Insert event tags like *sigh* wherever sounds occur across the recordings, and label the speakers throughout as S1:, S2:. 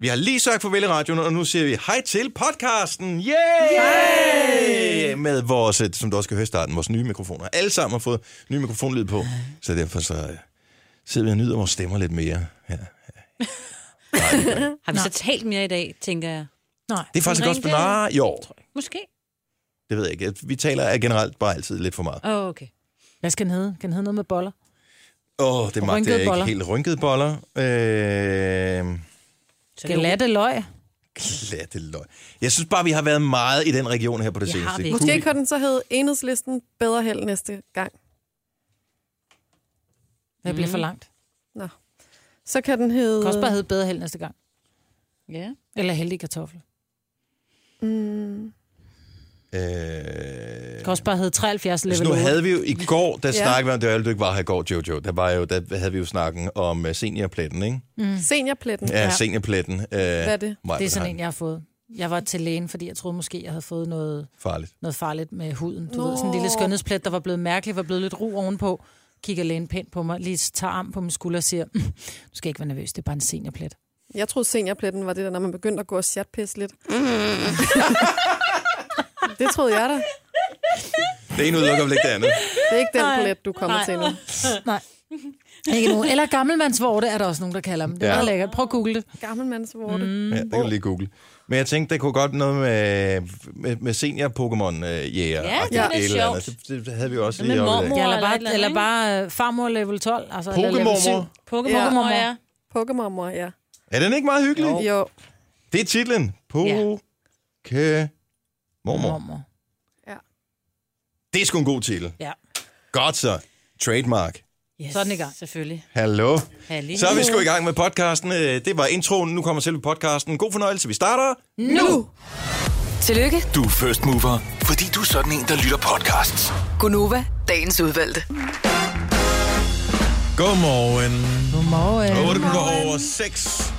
S1: Vi har lige sagt farvel i radioen, og nu siger vi hej til podcasten. Yay! Yay! Med vores, øh, som du også skal høre i starten, vores nye mikrofoner. Alle sammen har fået ny mikrofonlyd på, så derfor så øh, sidder vi og nyder vores stemmer lidt mere. Ja.
S2: Har vi så talt mere i dag, tænker jeg?
S3: Nej.
S1: Det er faktisk
S2: Men
S1: også
S2: ring det-
S1: bare i år.
S2: Måske.
S1: Det ved jeg ikke. Vi taler generelt bare altid lidt for meget.
S2: Åh, oh, okay.
S3: Hvad skal den hedde? Kan den hedde noget med boller?
S1: Åh, oh, det magter
S3: Rynkede
S1: jeg ikke
S3: boller.
S1: helt. Rynkede boller. Øh...
S2: Så det er
S3: Glatte løg?
S1: Glatte løg. Jeg synes bare, vi har været meget i den region her på det
S2: Ja, har
S1: seneste.
S2: vi.
S1: Kunne
S4: Måske
S1: vi-
S4: kan den så hedde Enhedslisten bedre held næste gang.
S3: Det bliver for langt. Det
S4: Nå. Så kan den hedde...
S3: kan også bare hedde bedre held næste gang.
S2: jo- Ja.
S3: Eller heldig kartoffel.
S4: Mm,
S1: Øh...
S3: Det kan også bare hedde 73
S1: Altså,
S3: level
S1: nu
S3: over.
S1: havde vi jo i går, der
S4: Ja.
S1: snakkede vi om, det var jo, du ikke var her i går, Jojo, der, var jo, der havde vi jo snakken om uh, seniorpletten, ikke?
S3: Mm.
S4: seniorpletten.
S1: Ja, ja. seniorpletten. Uh,
S4: Hvad er det?
S3: Det er sådan en, jeg har fået. Jeg var til lægen, fordi jeg troede måske, jeg havde fået noget,
S1: Farligt.
S3: noget farligt med huden. Du
S4: Nå.
S3: ved, sådan en lille skønhedsplet, der var blevet mærkelig, var blevet lidt ro ovenpå. Kigger lægen pænt på mig, lige tager arm på min skulder og siger, "Mm, du skal ikke være nervøs, det er bare en seniorplet.
S4: Jeg troede, seniorpletten var det der, når man begyndte at gå og chatpisse lidt.
S3: Mm.
S4: *laughs* det troede jeg da.
S1: Det ene udelukker vel ikke det andet.
S4: Det er ikke den
S3: Nej.
S4: palet, du kommer
S3: Nej.
S4: til nu.
S3: Nej. Ikke nogen. Eller gammelmandsvorte er der også nogen, der kalder dem. Det er
S1: Ja.
S3: ja. lækkert. Prøv at google det.
S4: Gammelmandsvorte. Mm.
S1: Ja, det kan du lige google. Men jeg tænkte, det kunne godt noget med, med, med øh, senior-Pokémon-jæger.
S2: Ja, det er lidt sjovt.
S1: Det, det, havde vi jo også
S2: Med
S1: lige oppe i dag.
S2: mormor.
S3: Ja, eller
S2: eller et
S3: bare,
S2: eller
S3: eller,
S2: andet,
S3: eller
S2: ikke?
S3: bare øh, farmor level 12. Altså, eller level
S1: Pokémon.
S3: 7.
S2: Pokémon,
S4: Ja.
S2: ja. ja.
S4: Pokémon, ja.
S1: Er den ikke meget hyggelig?
S4: Jo. jo.
S1: Det er titlen. Poke-mormor.
S3: Mormor.
S1: Det er sgu en god titel.
S3: Ja.
S1: Godt så. Trademark.
S2: Yes,
S3: Sådan i gang.
S2: Selvfølgelig.
S1: Hallo.
S2: Hallo.
S1: Så er vi sgu i gang med podcasten. Øh, Det var introen. Nu kommer selve podcasten. God fornøjelse. Vi starter.
S4: Nu!
S5: Tillykke,
S6: Du er first mover, fordi du er sådan en, der lytter podcasts.
S5: Gunova, dagens udvalgte.
S1: Godmorgen.
S3: Godmorgen.
S1: 8 minutter over 6.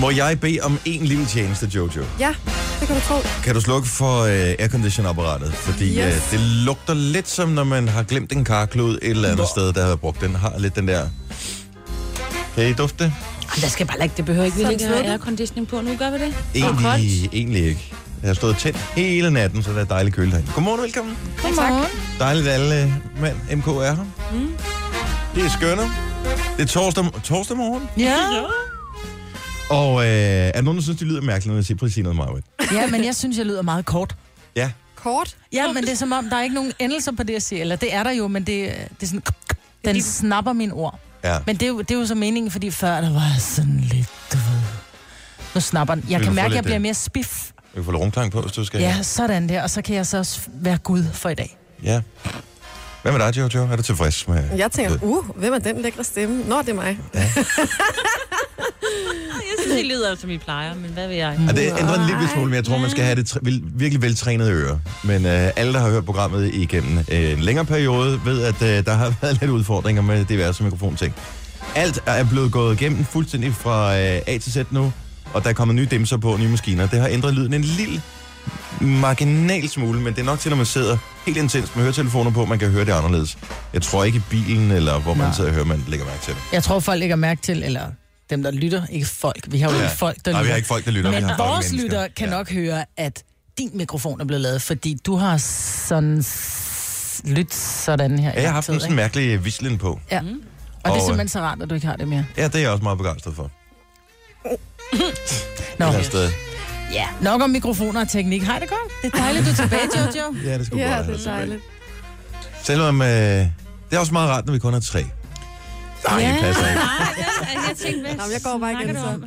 S1: Må jeg bede om en lille tjeneste, Jojo?
S4: Ja, det kan du tro.
S1: Kan du slukke for øh, aircondition-apparatet? Fordi
S4: Yes.
S1: øh, det lugter lidt som, når man har glemt en karklud et eller andet sted, der har været brugt. Den har lidt den der... Kan I dufte det?
S3: Der skal bare ikke, det behøver ikke. Vi
S2: Vi
S3: kan
S2: ikke
S3: ikke
S2: have
S3: have
S2: airconditioning på nu, gør vi det?
S1: Egentlig, egentlig ikke. Jeg har stået tæt hele natten, så det er dejligt køligt herinde. Godmorgen og velkommen.
S3: Godmorgen.
S1: Dejligt, at alle øh, mand MK er her. Mm. Det er skønne. Det er torsdag, torsdag morgen.
S2: *laughs*
S3: Ja.
S1: Og øh, er der nogen, der synes, det lyder mærkeligt, når jeg siger præcis noget meget?
S3: ja, men jeg synes, jeg lyder meget kort.
S1: Ja.
S4: Kort.
S3: Ja, men det er som om, der er ikke nogen endelser på det, jeg siger. Eller det er der jo, men det, øh, det er sådan... Den snapper mine ord.
S1: Ja.
S3: Men det er, jo, det er jo så meningen, fordi før der var jeg sådan lidt, du ved... Nu snapper den.
S1: Vil
S3: Jeg
S1: du
S3: kan
S1: få
S3: mærke, at
S1: lidt
S3: jeg bliver
S1: det?
S3: mere spiff.
S1: Vi kan få lidt rumklang på, hvis du skal.
S3: Ja, sådan der. Og så kan jeg så også være Gud for i dag.
S1: ja. Hvad med dig, Jojo? Er du tilfreds med...
S4: Jeg tænker, uh, hvem er den lækre stemme? Nå, det er mig.
S2: Jeg synes, I lyder, som I plejer, men hvad ved jeg?
S1: Ja, Altså,
S4: "Uh,
S1: det ændrer en lille smule, men jeg tror, man skal have det tr- vil- virkelig veltrænede ører. Men øh, alle, der har hørt programmet igennem øh, en længere periode, ved, at øh, der har *laughs* været lidt udfordringer med diverse mikrofonting. Alt er blevet gået igennem fuldstændig fra øh, A til Z nu, og der er kommet nye dimser på, nye maskiner. Det har ændret lyden en lille marginal smule, men det er nok til, når man sidder helt intenst med høretelefoner på, man kan høre det anderledes. Jeg tror ikke i bilen, eller hvor man
S3: Nej.
S1: sidder og hører, man lægger mærke til det.
S3: Jeg tror, folk ikke har mærke til, eller dem, der lytter, ikke folk. Vi har jo
S1: Ja.
S3: ikke folk, der
S1: Nej, vi har
S3: lytter.
S1: ikke folk, der lytter. vi
S3: Men
S1: har bare
S3: vores
S1: mennesker.
S3: lytter kan
S1: Ja.
S3: nok høre, at din mikrofon er blevet lavet, fordi du har sådan s- lyt sådan her. i
S1: Ja, jeg har
S3: lang
S1: haft
S3: tid,
S1: en sådan
S3: ikke?
S1: mærkelig vislen på.
S3: Ja. Og,
S1: Og,
S3: det er
S1: øh,
S3: simpelthen så rart, at du ikke har det mere.
S1: Ja, det er jeg også meget begejstret for.
S3: Nå,
S1: Det her sted.
S3: ja. nok om mikrofoner og teknik. Hej, det godt. Det er dejligt, du er tilbage, Jojo.
S1: Ja, det skulle
S4: Ja, det er dejligt.
S1: Selvom øh, det er også meget rart, når vi kun har tre. *laughs* Nej, ja. det passer ikke.
S2: Nej, det- altså, jeg tænkte, hvad
S4: Nå, men jeg går bare igen,
S2: snakker
S4: så.
S2: du om?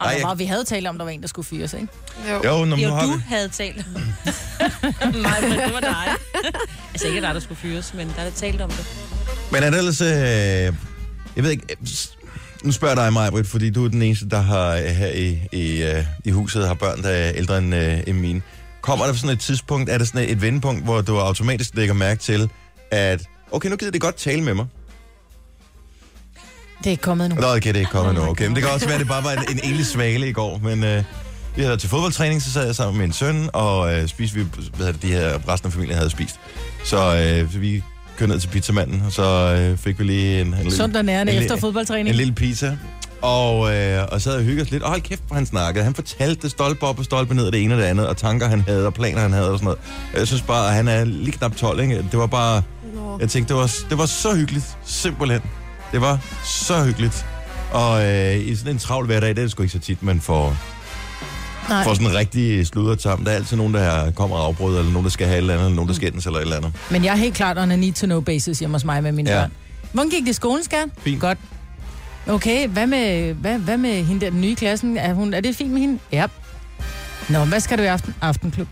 S3: Ej,
S1: jeg-
S3: jeg... vi havde talt om, der var en, der skulle fyres, ikke?
S4: Jo.
S1: Jo, når
S2: Jo,
S1: nu har
S2: du
S1: vi.
S2: havde talt om *laughs* det. Nej, men det var dig. altså ikke dig, der skulle fyres, men der er talt om det.
S1: Men er det ellers... Øh, jeg ved ikke... øh, s- Nu spørger jeg dig, Majbrit, fordi du er den eneste, der har øh, her i, i, øh, i huset har børn, der er ældre end, øh, end mine. Kommer der sådan et tidspunkt, er der sådan et vendepunkt, hvor du automatisk lægger mærke til, at okay, nu gider det godt tale med mig.
S3: Det er kommet nu.
S1: Nå, okay, det er ikke kommet nu. Okay, men det kan også være, at det bare var en, en enlig svale i går, men øh, vi havde været til fodboldtræning, så sad jeg sammen med min søn, og øh, spiste vi, hvad hedder det, de her, resten af familien havde spist. Så øh, så vi kørte ned til pizzamanden, og så øh, fik vi lige en, en, lille,
S3: Sundt og nærende
S1: en,
S3: efter
S1: lille- en
S3: fodboldtræning.
S1: lille pizza. og, øh, og sad og hyggede os lidt. Og hold kæft, hvor han snakkede. Han fortalte det stolpe op og stolpe ned, og det ene og det andet, og tanker han havde, og planer han havde, og sådan noget. Jeg synes bare, at han er lige knap 12, ikke? Det var bare...
S4: Nå.
S1: Jeg tænkte, det var, det var så hyggeligt, simpelthen. Det var så hyggeligt. Og øh, i sådan en travl hverdag, det er det sgu ikke så tit, man får,
S3: Nej.
S1: får sådan rigtig sludret sammen. Der er altid nogen, der kommer og afbryder, eller nogen, der skal have et eller andet, eller
S4: Mm.
S1: nogen, der skændes, eller et eller andet.
S3: Men jeg er helt klart on a need to know basis hjemme hos mig med mine
S1: Ja.
S3: ja. børn. Hvordan gik det i skolen, skat?
S1: Fint.
S3: Godt. Okay, hvad med, hvad, hvad med hende der, den nye i klassen? Er, hun, er det fint med hende? Ja. Nå, hvad skal du i aften? Aftenklub.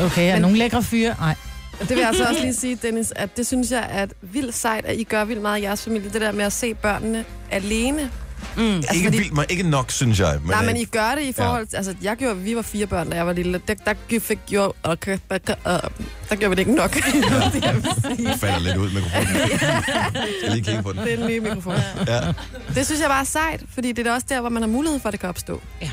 S3: Okay, er Men...
S4: Men-
S3: nogen lækre fyre? Nej.
S4: Det vil jeg altså også lige sige, Dennis, at det synes jeg er vildt sejt, at I gør vildt meget i jeres familie. Det der med at se børnene alene. Altså,
S2: Mm.
S1: Altså, ikke
S4: fordi-
S1: vildt, men ikke nok, synes jeg.
S4: Nej, men
S1: øh,
S4: I gør det i forhold til... Altså, jeg gjorde, vi var fire børn, da jeg var lille. Der, der gik- fik jo... Okay, der, der, der gjorde vi det ikke nok. *laughs* det, jeg vil sige.
S1: Jeg falder lidt ud i mikrofonen. Jeg skal lige kigge på den.
S4: *laughs* det er en ny mikrofon.
S1: Ja,
S4: Det synes jeg bare er sejt, fordi det er da også der, hvor man har mulighed for, at det kan opstå.
S1: ja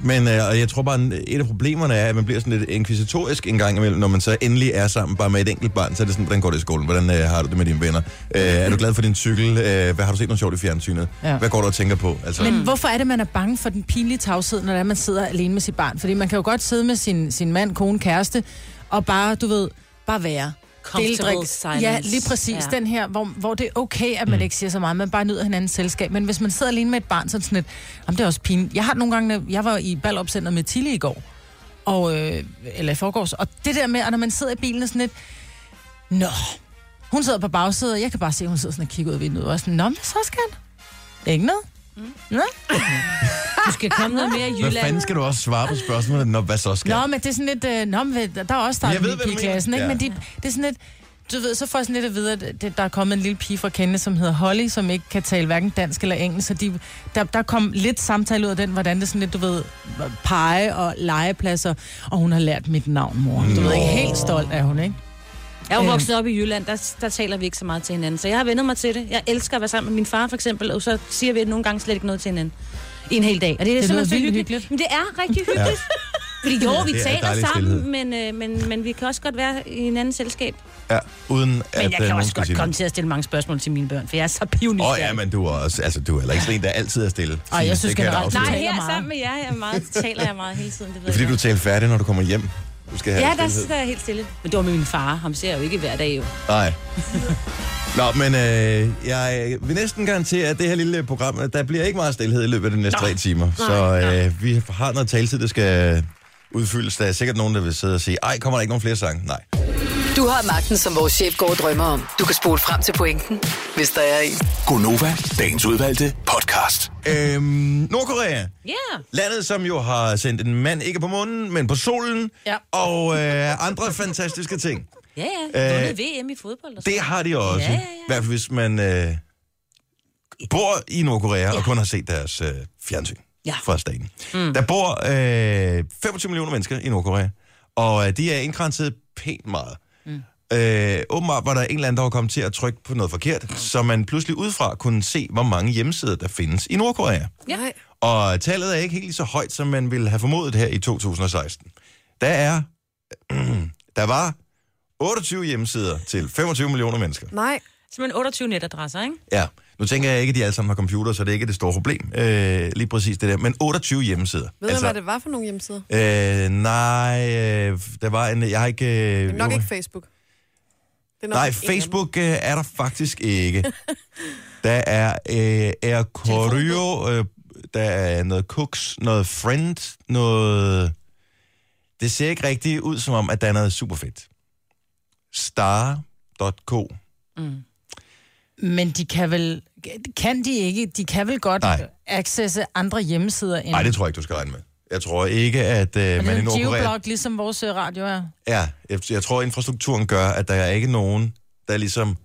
S1: men øh, og jeg tror bare, et af problemerne er, at man bliver sådan lidt inkvisitorisk en gang imellem, når man så endelig er sammen bare med et enkelt barn. Så er det sådan, hvordan går det i skolen? Hvordan øh, har du det med dine venner? Øh, er du glad for din cykel? Øh, hvad har du set noget sjovt i fjernsynet?
S3: Ja.
S1: Hvad går du og tænker på? Altså,
S3: Men hvorfor er det, man er bange for den pinlige tavshed, når det er, man sidder alene med sit barn? Fordi man kan jo godt sidde med sin, sin mand, kone, kæreste, og bare, du ved, bare være.
S2: Comfortable
S3: Deldrik.
S2: silence.
S3: Ja, lige præcis.
S2: Ja.
S3: Ja. Den her, hvor, hvor det er okay, at man mm. ikke siger så meget, man bare nyder hinandens selskab. Men hvis man sidder alene med et barn, så er det sådan lidt, jamen det er også pinligt. Jeg har nogle gange, jeg var i ballopcenteret med Tilly i går, og, øh, eller i forgårs, og det der med, at når man sidder i bilen og sådan lidt, nå, hun sidder på bagsædet, og jeg kan bare se, at hun sidder sådan og kigger ud af vinduet, og jeg er sådan, nå, men så skal han. Ikke noget? Mm. Nå?
S2: Du skal komme noget mere i
S1: hvad
S2: Jylland.
S1: fanden skal du også svare på spørgsmålet, når hvad så skal?
S3: Nå, men det er sådan lidt... Øh, nå, men ved- der er også
S1: Jeg
S3: startet
S1: ved,
S3: en lille
S1: hvad du
S3: pige i klassen,
S1: mener.
S3: ikke? Ja. Men de, det er sådan lidt... Du ved, så får jeg sådan lidt at vide, at det, der er kommet en lille pige fra Kenya, som hedder Holly, som ikke kan tale hverken dansk eller engelsk, så de, der, der kom lidt samtale ud af den, hvordan det sådan lidt, du ved, pege og legepladser, og hun har lært mit navn, mor. Du ved ikke, helt stolt er hun, ikke?
S2: Jeg er
S1: Øhm.
S2: jo vokset op i Jylland, der, der taler vi ikke så meget til hinanden. Så jeg har vendet mig til det. Jeg elsker at være sammen med min far for eksempel, og så siger vi nogle gange slet ikke noget til hinanden. I en hel dag. Og det er
S3: Det
S2: det
S3: lyder
S2: simpelthen så
S3: vildt
S2: hyggeligt.
S3: hyggeligt.
S2: hyggeligt. Men det er rigtig hyggeligt. Ja. Fordi jo, vi
S1: Det er
S2: taler
S1: dejlig stillhed.
S2: sammen, men, øh, men, men vi kan også godt være i hinandens selskab.
S1: Ja, uden
S2: Men
S1: at,
S2: jeg
S1: øh,
S2: kan
S1: nogen
S2: også
S1: skal
S2: godt
S1: sige
S2: komme
S1: noget.
S2: til at stille mange spørgsmål til mine børn, for jeg er så pivnysgerrig.
S1: Åh oh, ja, men du er også, altså du er heller ikke sådan en, der altid er stille.
S3: Ej, jeg
S1: Det
S3: synes
S1: kan da
S3: generelt-
S1: afsløre.
S2: Nej,
S3: taler
S2: her
S3: meget.
S2: sammen med jer jeg er meget, taler jeg meget hele tiden. Det ved
S1: Det er fordi,
S2: jeg
S1: du taler færdig, når du kommer hjem. Du skal have
S2: Ja,
S1: lidt
S2: der,
S1: stillhed.
S2: der er helt stille. Men det var med min far. Ham ser jeg jo ikke hver dag, jo.
S1: Nej. *laughs* Nå, men øh, jeg vil næsten garantere, at det her lille program, at der bliver ikke meget stillhed i løbet af de næste tre timer. så øh, vi har noget taletid, der skal udfyldes. Der er sikkert nogen, der vil sidde og sige, ej, kommer der ikke nogen flere sange? Nej.
S5: Du har magten, som vores chef går og drømmer om. Du kan spole frem til pointen, hvis der er en.
S6: Gonova, dagens udvalgte podcast.
S1: Øhm, Nordkorea.
S2: Ja. Yeah.
S1: Landet, som jo har sendt en mand ikke på månen, men på solen.
S3: Ja.
S1: Og øh, andre fantastiske ting.
S2: Ja,
S1: Øh,
S2: ja. Vundet VM i fodbold. Og
S1: Det har de også.
S2: Ja, ja, ja.
S1: I hvert fald hvis man øh, bor i Nordkorea ja. og kun har set deres øh, fjernsyn
S2: Ja.
S1: fra staten. Mm. Der bor øh, 25 millioner mennesker i Nordkorea, og øh, de er indgrænset pænt meget. Mm. Øh, åbenbart var der en eller anden, der var kommet til at trykke på noget forkert, så man pludselig udefra kunne se, hvor mange hjemmesider der findes i Nordkorea.
S4: Ja. Nej.
S1: Og tallet er ikke helt lige så højt, som man ville have formodet her i 2016. Der er... *clears throat* der var 28 hjemmesider til 25 millioner mennesker.
S4: Nej.
S2: Simpelthen 28 netadresser, ikke?
S1: Ja. Nu tænker jeg ikke, at de alle sammen har computer, så det er ikke det store problem. Øh, lige præcis det der. Men 28 hjemmesider.
S4: Ved altså, du, hvad det var for nogle hjemmesider?
S1: Øh, nej, øh, der var en... Jeg har ikke... Øh,
S4: Nok ikke Facebook. Det er nok
S1: Nej,
S4: en anden.
S1: Facebook øh, er der faktisk ikke.
S3: *laughs*
S1: der er øh, Air Koryo, øh, der er noget Cooks, noget Friend, noget... Det ser ikke rigtigt ud som om, at der er noget super fedt. Star.co.
S3: Men de kan vel... Kan de ikke? De kan vel godt
S1: Nej.
S3: accesse andre hjemmesider end...
S1: Nej, det tror jeg ikke, du skal regne med. Jeg tror ikke, at øh,
S3: Men
S1: man i
S3: det er jo en
S1: Nordkorea...
S3: geoblog, ligesom vores øh, radio er.
S1: Ja, jeg, jeg tror, infrastrukturen gør, at der er ikke nogen, der ligesom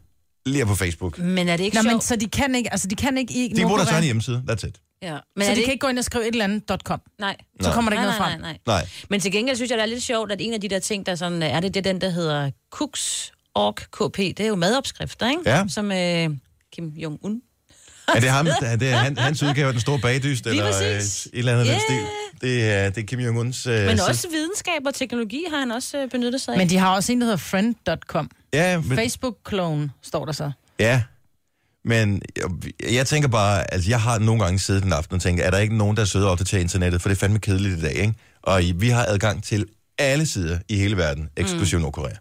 S1: lige er på Facebook.
S2: Men er det ikke
S3: Nå, men
S2: sjovt?
S3: så de kan ikke... Altså, de kan ikke i
S1: De bruger
S3: Nordkorea.
S1: deres egen hjemmeside, that's it.
S2: Ja. Men
S3: Men
S2: er
S3: så de
S2: det
S3: kan ikke gå ind og skrive et eller andet .com.
S2: Nej.
S3: Så
S1: Nej.
S3: kommer der ikke
S2: nej,
S3: noget
S2: nej,
S3: frem.
S2: nej, nej.
S1: Nej.
S2: Men til gengæld synes jeg, det er lidt sjovt, at en af de der ting, der sådan, er det, det er den, der hedder Cooks Org KP, det er jo madopskrifter, ikke?
S1: Ja.
S2: Som øh, Kim Jong-un.
S1: Er det ham? Er det han, hans udgave af den store bagdyst,
S2: Lige
S1: eller øh, et
S2: præcis.
S1: eller andet yeah. den
S2: Ja.
S1: stil? Det er, det er Kim Jong-uns... Øh,
S2: Men
S1: selv-
S2: også videnskab og teknologi har han også øh, benyttet sig af.
S3: Men de har også en, der hedder friend.com.
S1: ja, men,
S3: Facebook-klone, står der så.
S1: ja, Men jeg, jeg tænker bare, altså jeg har nogle gange siddet den aften og tænkt, er der ikke nogen, der sidder og opdaterer internettet, for det er fandme kedeligt i dag, ikke? Og I, vi har adgang til alle sider i hele verden, eksklusiv mm. Nordkorea.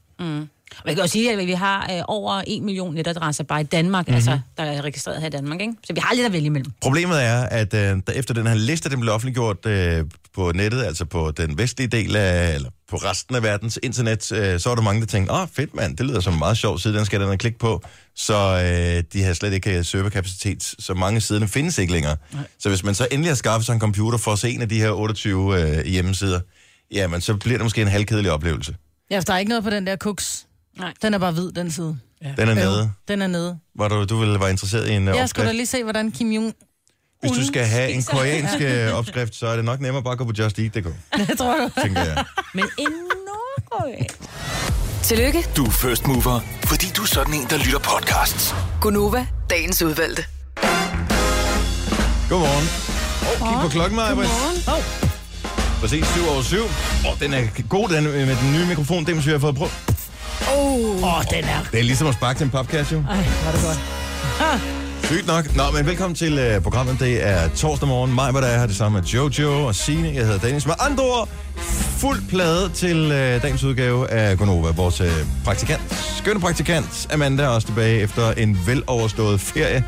S2: Og jeg kan også sige, at vi har øh, over en million netadresser bare i Danmark, mm-hmm. altså, der er registreret her i Danmark, ikke? Så vi har lidt at vælge imellem.
S1: Problemet er, at øh, der efter den her liste, den blev offentliggjort øh, på nettet, altså på den vestlige del af, eller på resten af verdens internet, øh, så var der mange, der tænkte, åh, oh, fedt mand, det lyder som en meget sjov side, den skal jeg da klikke på. Så øh, de har slet ikke øh, serverkapacitet, så mange siderne findes ikke længere. Nej. Så hvis man så endelig har skaffet sig en computer for at se en af de her 28 øh, hjemmesider, jamen så bliver det måske en halvkedelig oplevelse.
S3: Ja, for der er ikke noget på den der kuks.
S2: Nej.
S3: Den er bare hvid, den side. Ja.
S1: Den er nede.
S3: Den er nede.
S1: Var du, du ville være interesseret i en øh,
S3: Jeg skulle da
S1: opskrift?
S3: lige se, hvordan Kim Jong...
S1: Hvis du skal have en koreansk øh, opskrift, så er det nok nemmere bare at gå på justeat.dk,
S3: *laughs* Jeg tror du.
S1: tænker jeg.
S2: Men enormt.
S5: Tillykke,
S6: Du er first mover, fordi du er sådan en, der lytter podcasts.
S5: Gunova, dagens udvalgte.
S1: Godmorgen. Åh, oh, kig på klokken, Maja. Godmorgen. Oh. Præcis, 7 over 7. Åh, oh, den er god, den øh, med den nye mikrofon. Det måske, jeg har fået prøvet.
S3: Åh, oh, den er...
S1: Det er ligesom at sparke til en papkasse, jo.
S3: Ej, var det godt.
S1: Sygt nok. Nå, men velkommen til uh, programmet. Det er torsdag morgen. Mig, hvad der er her, det samme med Jojo og Sine. Jeg hedder Dennis. Med andre ord, fuld plade til uh, dagens udgave af Gonova. Vores uh, praktikant, skønne praktikant, Amanda, er også tilbage efter en veloverstået ferie.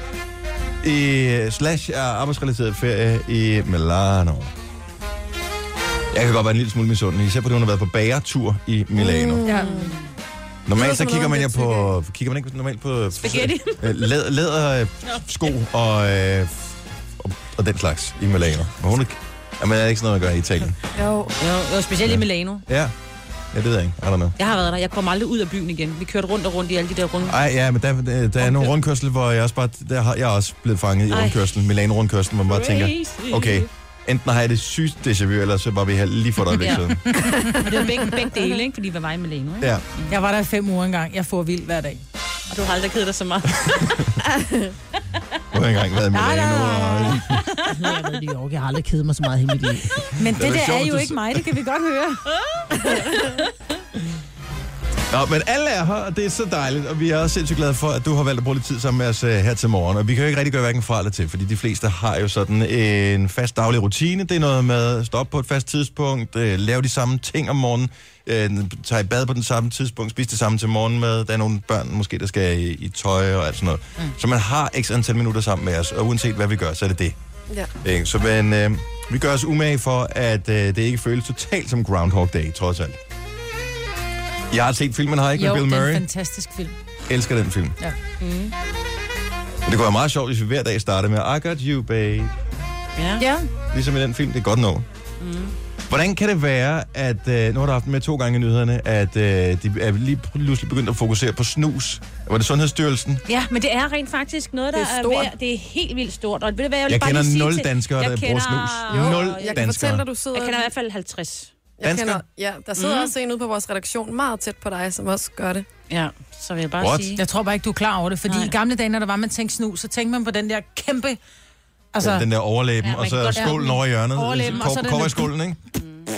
S1: I slash er arbejdsrelateret ferie i Milano. Jeg kan godt være en lille smule misundelig, især fordi hun har været på bagertur i Milano.
S2: Mm.
S4: Ja.
S1: Normalt
S4: Det
S1: så
S4: lyder som
S1: kigger man
S4: noget,
S1: jo
S4: man bliver
S1: på, kigger man ikke normalt på
S2: Spaghetti.
S1: *laughs* øh, læder, læder øh, sko og, øh, og, og, den slags i Milano. Men hun er, jamen, er det ikke sådan noget, man gør i Italien.
S4: Jo.
S2: Jo, jo specielt i Milano.
S1: Ja, ja det ved jeg ikke. I don't know.
S2: Jeg har været der. Jeg kom aldrig ud af byen igen. Vi kørte rundt og rundt i alle de der runde.
S1: Ej, ja, men der, der, der er nogle rundkørsel, hvor jeg også bare, der har jeg er også blevet fanget i
S2: Ej.
S1: rundkørslen, Milano-rundkørslen, hvor man bare tænker,
S2: Crazy.
S1: okay, enten har jeg det sygt déjà vu, eller så var vi her lige for dig væk
S2: Ja.
S1: siden.
S2: Men det var begge, begge dele, ikke? Fordi vi var i Milano, ikke?
S1: Ja.
S3: Jeg var der i fem uger engang. Jeg får vild hver dag.
S2: Og du har aldrig kedet dig så meget.
S1: Du har ikke engang været i Milano. Og...
S7: Jeg ved det jo ikke. Jeg har aldrig kedet mig så meget i hele mit liv.
S3: Men det,
S1: er
S3: det der
S1: sjovt,
S3: er
S1: at
S3: jo
S1: du-
S3: ikke mig, det kan vi godt høre.
S1: Nå, men alle er her, og det er så dejligt, og vi er også sindssygt glade for, at du har valgt at bruge lidt tid sammen med os øh, her til morgen. Og vi kan jo ikke rigtig gøre hverken fra eller til, fordi de fleste har jo sådan en fast daglig rutine. Det er noget med at stå op på et fast tidspunkt, øh, lave de samme ting om morgenen, øh, tage i bad på den samme tidspunkt, spise det samme til morgenmad. Der er nogle børn måske, der skal i, i tøj og alt sådan noget. Mm. Så man har x antal minutter sammen med os, og uanset hvad vi gør, så er det det.
S4: Ja.
S1: Ikke? Så men, øh, vi gør os umage for, at øh, det ikke føles totalt som Groundhog Day, trods alt. Jeg har set filmen her, ikke?
S3: Jo,
S1: med Bill
S3: det er
S1: Murray.
S3: en fantastisk film.
S1: Elsker den film.
S3: Ja.
S1: Mm. Det kunne være meget sjovt, hvis vi hver dag startede med I got you, babe.
S2: Ja.
S3: Ja.
S1: Ligesom i den film, det er godt nå. Mm. Hvordan kan det være, at øh, nu har du haft den med to gange i nyhederne, at øh, de er lige pludselig begyndt at fokusere på snus? Var det Sundhedsstyrelsen?
S2: Ja, men det er rent faktisk noget, der
S4: Det er
S2: er,
S4: stort.
S2: ved, det er helt vildt stort. Og ved du hvad, jeg, vil
S1: Jeg
S2: bare lige
S1: kender
S2: sige
S1: nul
S2: til-
S1: danskere,
S2: Jeg
S1: der bruger
S2: kender-
S1: snus. Nul
S4: Jeg kan
S1: danskere.
S4: fortælle dig, du sidder...
S2: Jeg kender i hvert fald 50.
S4: jeg
S1: Dansker?
S4: kender, ja, der sidder
S3: Mhm.
S4: mm. også en ude på vores redaktion meget tæt på dig, som også gør det.
S2: Ja, så vil jeg bare
S1: What?
S2: sige...
S3: Jeg tror bare ikke, du er klar over det, fordi
S2: Nej.
S3: Nej. i gamle dage, når der var, man tænkte snus, så tænkte man på den der kæmpe... Altså,
S1: Så. Den
S3: den,
S1: der overlæben,
S2: Ja,
S1: ja,
S2: man
S1: og
S2: kan
S1: så
S2: godt-
S1: skålen
S3: Ja.
S1: over i hjørnet.
S3: Overlæben, og så
S1: Kor-
S3: den
S1: Kor-
S3: der-
S1: i skålen, ikke?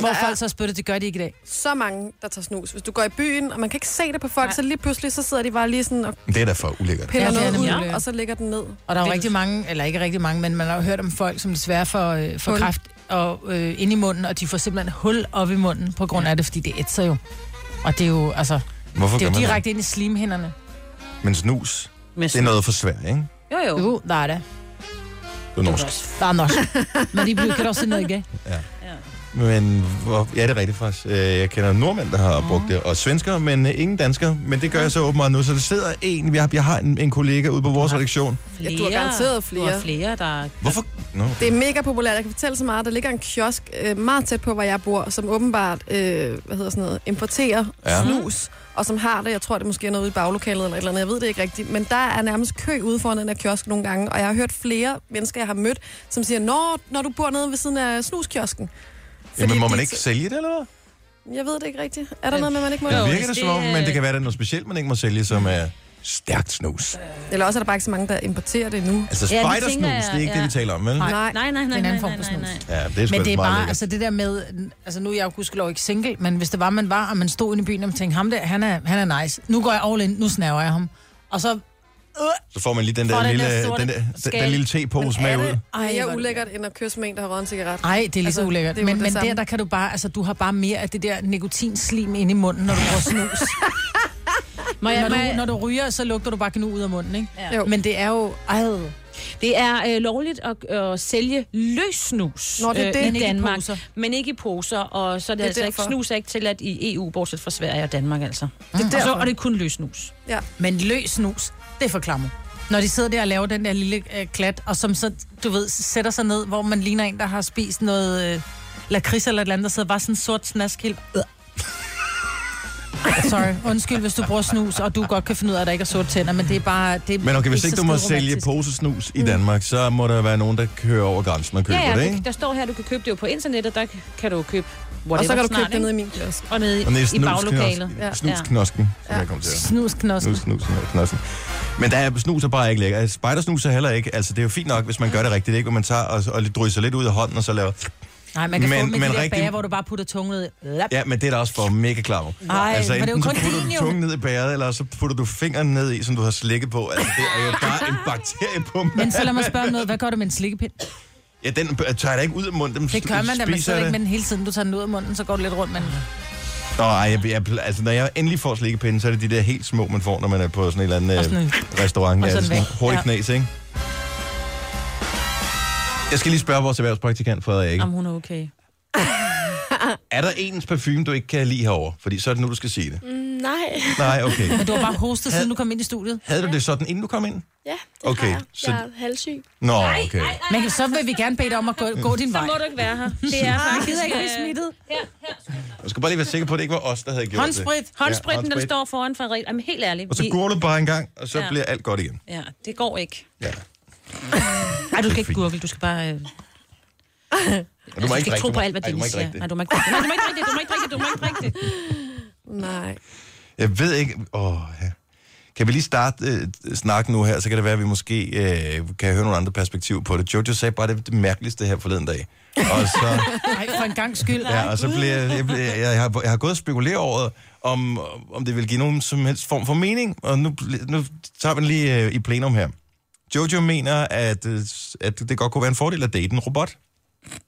S3: hvor folk så har spyttet, det gør de ikke i dag.
S4: Så mange, der tager snus. Hvis du går i byen, og man kan ikke se det på folk,
S2: Nej.
S4: så lige pludselig, så sidder de bare lige sådan og
S1: Det er da for ulækkert.
S4: piller
S3: Ja,
S4: ja,
S3: det er
S4: noget ud,
S3: nemlig det.
S4: og så ligger den ned.
S3: Og der er jo
S2: Vildt.
S3: rigtig mange, eller ikke rigtig mange, men man har jo hørt om folk, som desværre får, øh, får
S4: Hul.
S3: kræft og, øh, ind i munden, og de får simpelthen hul op i munden på grund af det, fordi det ætser jo. Og det er jo, altså,
S1: Hvorfor
S3: det er
S1: gør
S3: jo
S1: man
S3: direkte ind i slimhinderne.
S1: det? Men snus,
S2: Med
S1: det er noget for svært, ikke?
S2: Jo, jo.
S3: Jo, der er det.
S1: Det er norsk.
S3: Der er nok. Men de bliver kan også noget ikke.
S1: Men hvor, ja, det er rigtigt faktisk. Øh, Jeg kender nordmænd, der har brugt det, og svensker, men øh, ingen danskere. Men det gør jeg så åbenbart nu. Så der sidder en, vi har, jeg har en, en kollega ude på vores redaktion.
S2: Flere.
S4: Ja, du har garanteret flere.
S2: Du har flere, der...
S1: Hvorfor? No.
S4: Det er mega populært. Jeg kan fortælle så meget. Der ligger en kiosk øh, meget tæt på, hvor jeg bor, som åbenbart øh, hvad hedder sådan noget, importerer
S1: Ja.
S4: ja. snus, og som har det. Jeg tror, det måske er noget ude i baglokalet eller et eller andet. Jeg ved det ikke rigtigt. Men der er nærmest kø ude foran den her kiosk nogle gange, og jeg har hørt flere mennesker, jeg har mødt, som siger, når, når du bor nede ved siden af snuskiosken.
S1: Jamen, må
S4: de-
S1: man ikke sælge det, eller hvad?
S4: Jeg ved det ikke rigtigt. Er der noget med, man ikke må?
S1: Det
S2: hvis
S1: virker det som om,
S2: det, øh,
S1: men det kan være, at det er noget specielt, man ikke må sælge, som er stærkt snus.
S4: Eller også er der bare ikke så mange, der importerer det nu.
S1: Altså
S2: Ja, det
S1: spidersnus,
S2: tænker jeg,
S1: det er ikke
S2: ja.
S1: det, vi taler om, vel?
S4: Nej.
S2: Nej, nej, nej,
S3: en
S2: nej,
S3: anden form
S2: nej,
S3: for
S2: nej,
S3: snus.
S2: nej.
S1: Ja, det er sgu
S3: Men det er
S1: meget
S3: bare,
S1: lækkert.
S3: altså det der med, altså nu er jeg jo gudskelov ikke single, men hvis det var, man var, og man stod inde i byen, og man tænkte, ham der, han er, han er nice. Nu går jeg all in, nu snæver jeg ham. Og så
S1: Så får man lige den
S2: Får
S1: der,
S2: den
S1: lille,
S2: der sorte
S1: den, der, den,
S2: skal.
S1: den lille tepose med ud.
S4: Ej,
S3: hvor er
S4: jeg
S3: det
S4: ulækkert, end at kysse med en, der har røget en cigaret.
S3: Nej, det er lige så
S4: Altså,
S3: ulækkert.
S4: det er jo
S3: Men,
S4: det
S3: men
S4: samme.
S3: der, der kan du bare, altså du har bare mere af det der nikotinslim inde i munden, når du bruger snus.
S2: Må jeg,
S3: når,
S2: må
S3: du,
S2: jeg,
S3: når du ryger, så lugter du bare gnu ud af munden, ikke?
S2: Ja.
S4: Jo.
S3: Men det er jo, ej,
S2: det er øh, lovligt at, at sælge løs snus
S4: Nå, det er det. Men
S2: i
S3: ikke i
S2: Danmark,
S3: poser.
S2: men ikke i poser, og så er det, det
S4: er
S2: altså derfor.
S4: derfor.
S2: ikke snus er ikke tilladt i EU, bortset fra Sverige og Danmark altså. Det
S4: er
S2: og, så,
S4: derfor.
S2: og det er kun løs snus.
S4: Ja.
S3: men løs snus, det er for klammer. Når de sidder der og laver den der lille øh, klat, og som så, du ved, sætter sig ned, hvor man ligner en, der har spist noget øh, lakrids eller et eller andet, der sidder bare sådan en sort snask helt... Øh. *laughs* Sorry, undskyld, hvis du bruger snus, og du godt kan finde ud af, at der ikke er sorte tænder, men det er bare... Det er
S1: Men okay, hvis
S3: så
S1: ikke du må
S3: skide
S1: sælge
S3: romantisk.
S1: posesnus i Danmark, så må der være nogen, der kører over grænsen og køber
S2: ja, ja,
S1: det,
S2: du-
S1: ikke?
S2: der står her, du kan købe det jo på internettet, der kan du købe whatever
S4: Og så kan du
S2: snart,
S4: købe det ned i min kiosk.
S2: og nede i,
S1: Og nede
S2: i baglokalet.
S1: snusknosken,
S4: Ja.
S1: snusknosken, som jeg kom til at
S3: Snusknossen.
S1: Snus, snus, knossen. Men der er, snus er bare ikke lækker. Spidersnus er heller ikke. Altså, det er jo fint nok, hvis man gør det rigtigt, ikke? Hvor man tager og, og lidt drysser lidt ud af hånden, og så laver...
S3: Nej, man kan
S1: Men-
S3: men, få dem i
S1: men
S3: de der
S1: rigtig-
S3: bager, hvor du bare putter tungen ned. Lap.
S1: Ja, men det er da også for mega klar.
S3: Ej,
S1: altså,
S3: men det er jo
S1: enten
S3: kun
S1: så putter
S3: din,
S1: du
S3: jo.
S1: tungen ned i bæret, eller så putter du fingeren ned i, som du har slikket på. Altså, det er jo bare en bakteriepumpe.
S3: Men så lad mig spørge om noget. Hvad gør du med en slikkepind?
S1: Ja, den b- tager jeg da ikke ud af munden. Den
S3: Det gør man da, man
S1: spiser
S3: sidder ikke
S1: det.
S3: med den hele tiden. Du tager den ud af munden, så går du lidt rundt med den.
S1: Nå, ej, jeg, jeg, pl- altså, når jeg endelig får slikkepinde, så er det de der helt små, man får, når man er på sådan en eller anden
S3: Og sådan
S1: øh,
S3: en-
S1: restaurant.
S3: og
S1: Ja,
S3: sådan
S1: sådan
S3: væk.
S1: hurtig
S3: Ja.
S1: knæs, ikke? Jeg skal lige spørge vores erhvervspraktikant, Frederik.
S2: Om hun er okay.
S1: *laughs* Er der ens parfume, du ikke kan lide herover? Fordi så er det nu, du skal sige det.
S2: Mm.
S8: Nej.
S1: Nej, okay.
S3: Men du har bare hostet, siden du kom ind i studiet.
S1: Havde du det sådan, inden du kom ind?
S8: Ja,
S1: Okay,
S8: det okay, har jeg.
S1: så-
S8: Jeg er halvsyg.
S1: Nå, okay.
S3: Men så vil vi gerne bede dig om at gå, gå din vej.
S2: Må du ikke være her? Det
S4: *laughs*
S2: er
S4: Ah,
S3: Jeg
S2: faktisk...
S3: gider ikke
S2: øh,
S3: blive smittet.
S1: Jeg skal bare lige være sikker på, at det ikke var os, der havde gjort
S3: Håndsprit.
S1: det.
S2: Håndspritten, ja, den
S1: håndsprit.
S2: står foran Frederik. Jamen, helt ærligt.
S1: Og så
S2: vi-
S1: gurler du bare en gang, og så
S2: Ja. Altså,
S1: bliver alt godt igen.
S2: Ja, det går ikke.
S1: Ja.
S2: Nej, du skal ikke
S1: fint.
S2: gurgle, du skal bare... Øh, du
S1: Og du må ikke
S2: skal ikke
S1: drikke.
S2: tro på alt, hvad
S1: Ej, du må
S2: Dennis
S1: ikke
S2: siger.
S1: drikke det.
S2: Nej, du må ikke drikke det. Nej, du må ikke drikke det, du må ikke drikke det, du må ikke drikke det.
S4: Nej.
S1: Jeg ved ikke... Åh, ja. Kan vi lige starte øh, snakken nu her, så kan det være, at vi måske øh, kan høre nogle andre perspektiver på det. Jojo sagde bare, det, er det mærkeligste her forleden dag. Og så,
S3: *laughs* Nej, for en gang skyld.
S1: ja, og så blev jeg, jeg, blev, jeg, har, jeg har gået og spekuleret over, om, om det vil give nogen som helst form for mening. Og nu, ble- nu tager vi den lige øh, i plenum her. Jojo mener, at, øh, at det godt kunne være en fordel at date en robot.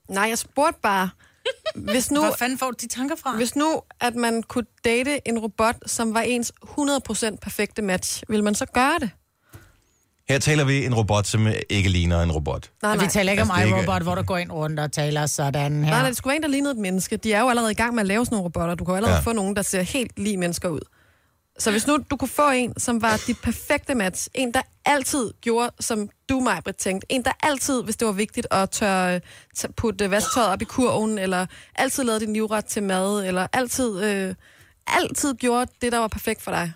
S4: Nej, jeg spurgte bare. Hvis nu,
S3: Hvor fanden får du de tanker fra?
S4: hvis nu, at man kunne date en robot, som var ens 100% perfekte match, vil man så gøre det?
S1: Her taler vi en robot, som øh, ikke ligner en robot. *laughs*
S4: Nej,
S3: Vi
S4: nej.
S3: taler ikke om
S1: Altså, det er ikke-
S3: iRobot, hvor der går ind rundt og taler sådan
S4: Nej, nej,
S3: her.
S4: det skulle være en, der lignede et menneske. De er jo allerede i gang med at lave sådan nogle robotter. Du kan jo allerede
S1: Ja.
S4: ja. få nogen, der ser helt lige mennesker ud. Så hvis nu du kunne få en, som var dit perfekte match, en, der altid gjorde, som du, Majbrit, tænkte, en, der altid, hvis det var vigtigt at tørre, t- putte øh, vasktøjet op i kurven, eller altid lavede din livret til mad, eller altid, øh, altid gjorde det, der var perfekt for dig.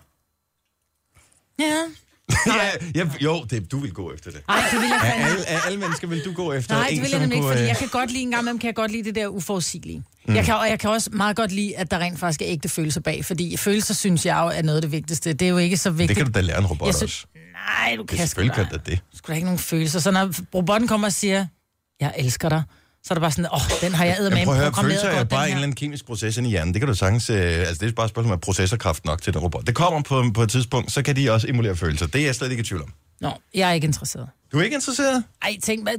S3: Ja.
S1: ja, jeg, jo, det, du vil gå efter det.
S3: Nej, det vil jeg
S1: Af
S3: fandme.
S1: alle, af alle mennesker vil du gå efter
S3: Nej,
S1: en,
S3: det vil jeg
S1: som
S3: nemlig ikke,
S1: kunne,
S3: fordi
S1: øh,
S3: jeg kan godt lide en gang imellem, kan jeg godt lide det der uforudsigelige. Mm. Jeg kan, og jeg kan også meget godt lide, at der rent faktisk er ægte følelser bag, fordi følelser, synes jeg jo, er noget af det vigtigste. Det er jo ikke så vigtigt.
S1: Det kan du da lære en robot
S3: Jeg
S1: også.
S3: synes- Nej, du
S1: Det
S3: kan
S1: er selvfølgelig
S3: sgu da.
S1: kan det det.
S3: sgu da ikke nogen følelser. Så når robotten kommer og siger, jeg elsker dig, så er det bare sådan, åh, oh, den har jeg ædet med
S1: Jeg prøver at høre,
S3: programmeret
S1: følelser er
S3: godt,
S1: bare en
S3: den
S1: eller
S3: her.
S1: anden kemisk proces inde i hjernen. Det kan du sagtens... Øh, altså, det er bare et spørgsmål om processorkraft nok til den robot. Det kommer på, på et tidspunkt, så kan de også emulere følelser. Det er jeg slet ikke i tvivl om.
S3: Nå, jeg er ikke interesseret.
S1: Du er ikke interesseret?
S3: Ej, tænk, hvad,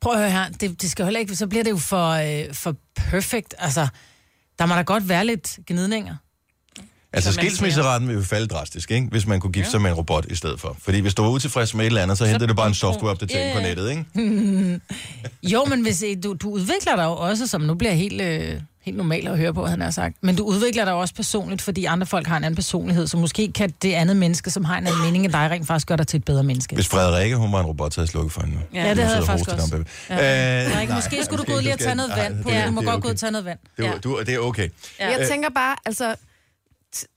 S3: prøv at høre her, det, det skal heller ikke, så bliver det jo for, øh, for perfekt. Altså, der må da godt være lidt gnidninger.
S1: Altså,
S3: Som man siger.
S1: skilsmisseraten vil jo falde drastisk, ikke? hvis man kunne gifte sig med en robot i stedet for. Fordi hvis du var utilfreds med et eller andet, så hentede du bare en softwareopdatering yeah. på
S2: Ja.
S1: nettet, ikke?
S3: Jo, men hvis, øh, du, du udvikler dig jo også, som nu bliver helt, øh, helt normalt at høre på, han har sagt, men du udvikler dig jo også personligt, fordi andre folk har en anden personlighed, så måske kan det andet menneske, som har en anden mening end dig, rent faktisk gøre dig til et bedre menneske.
S1: Hvis Frederikke, hun var en robot, så havde jeg slukket for hende. nu.
S3: Ja, det havde jeg
S1: sidder
S3: faktisk
S1: hostet
S3: også.
S1: om, baby. Øh,
S3: Frederik,
S1: nej,
S3: måske skulle du
S1: måske
S3: gå ud lige og
S1: ikke.
S3: tage noget
S1: Nej,
S3: vand på
S1: det-
S3: det. Du må
S1: det er
S3: godt gå ud
S1: okay.
S3: og tage noget vand.
S1: Det, var, du, det er okay.
S4: Ja. Jeg tænker bare, altså... t-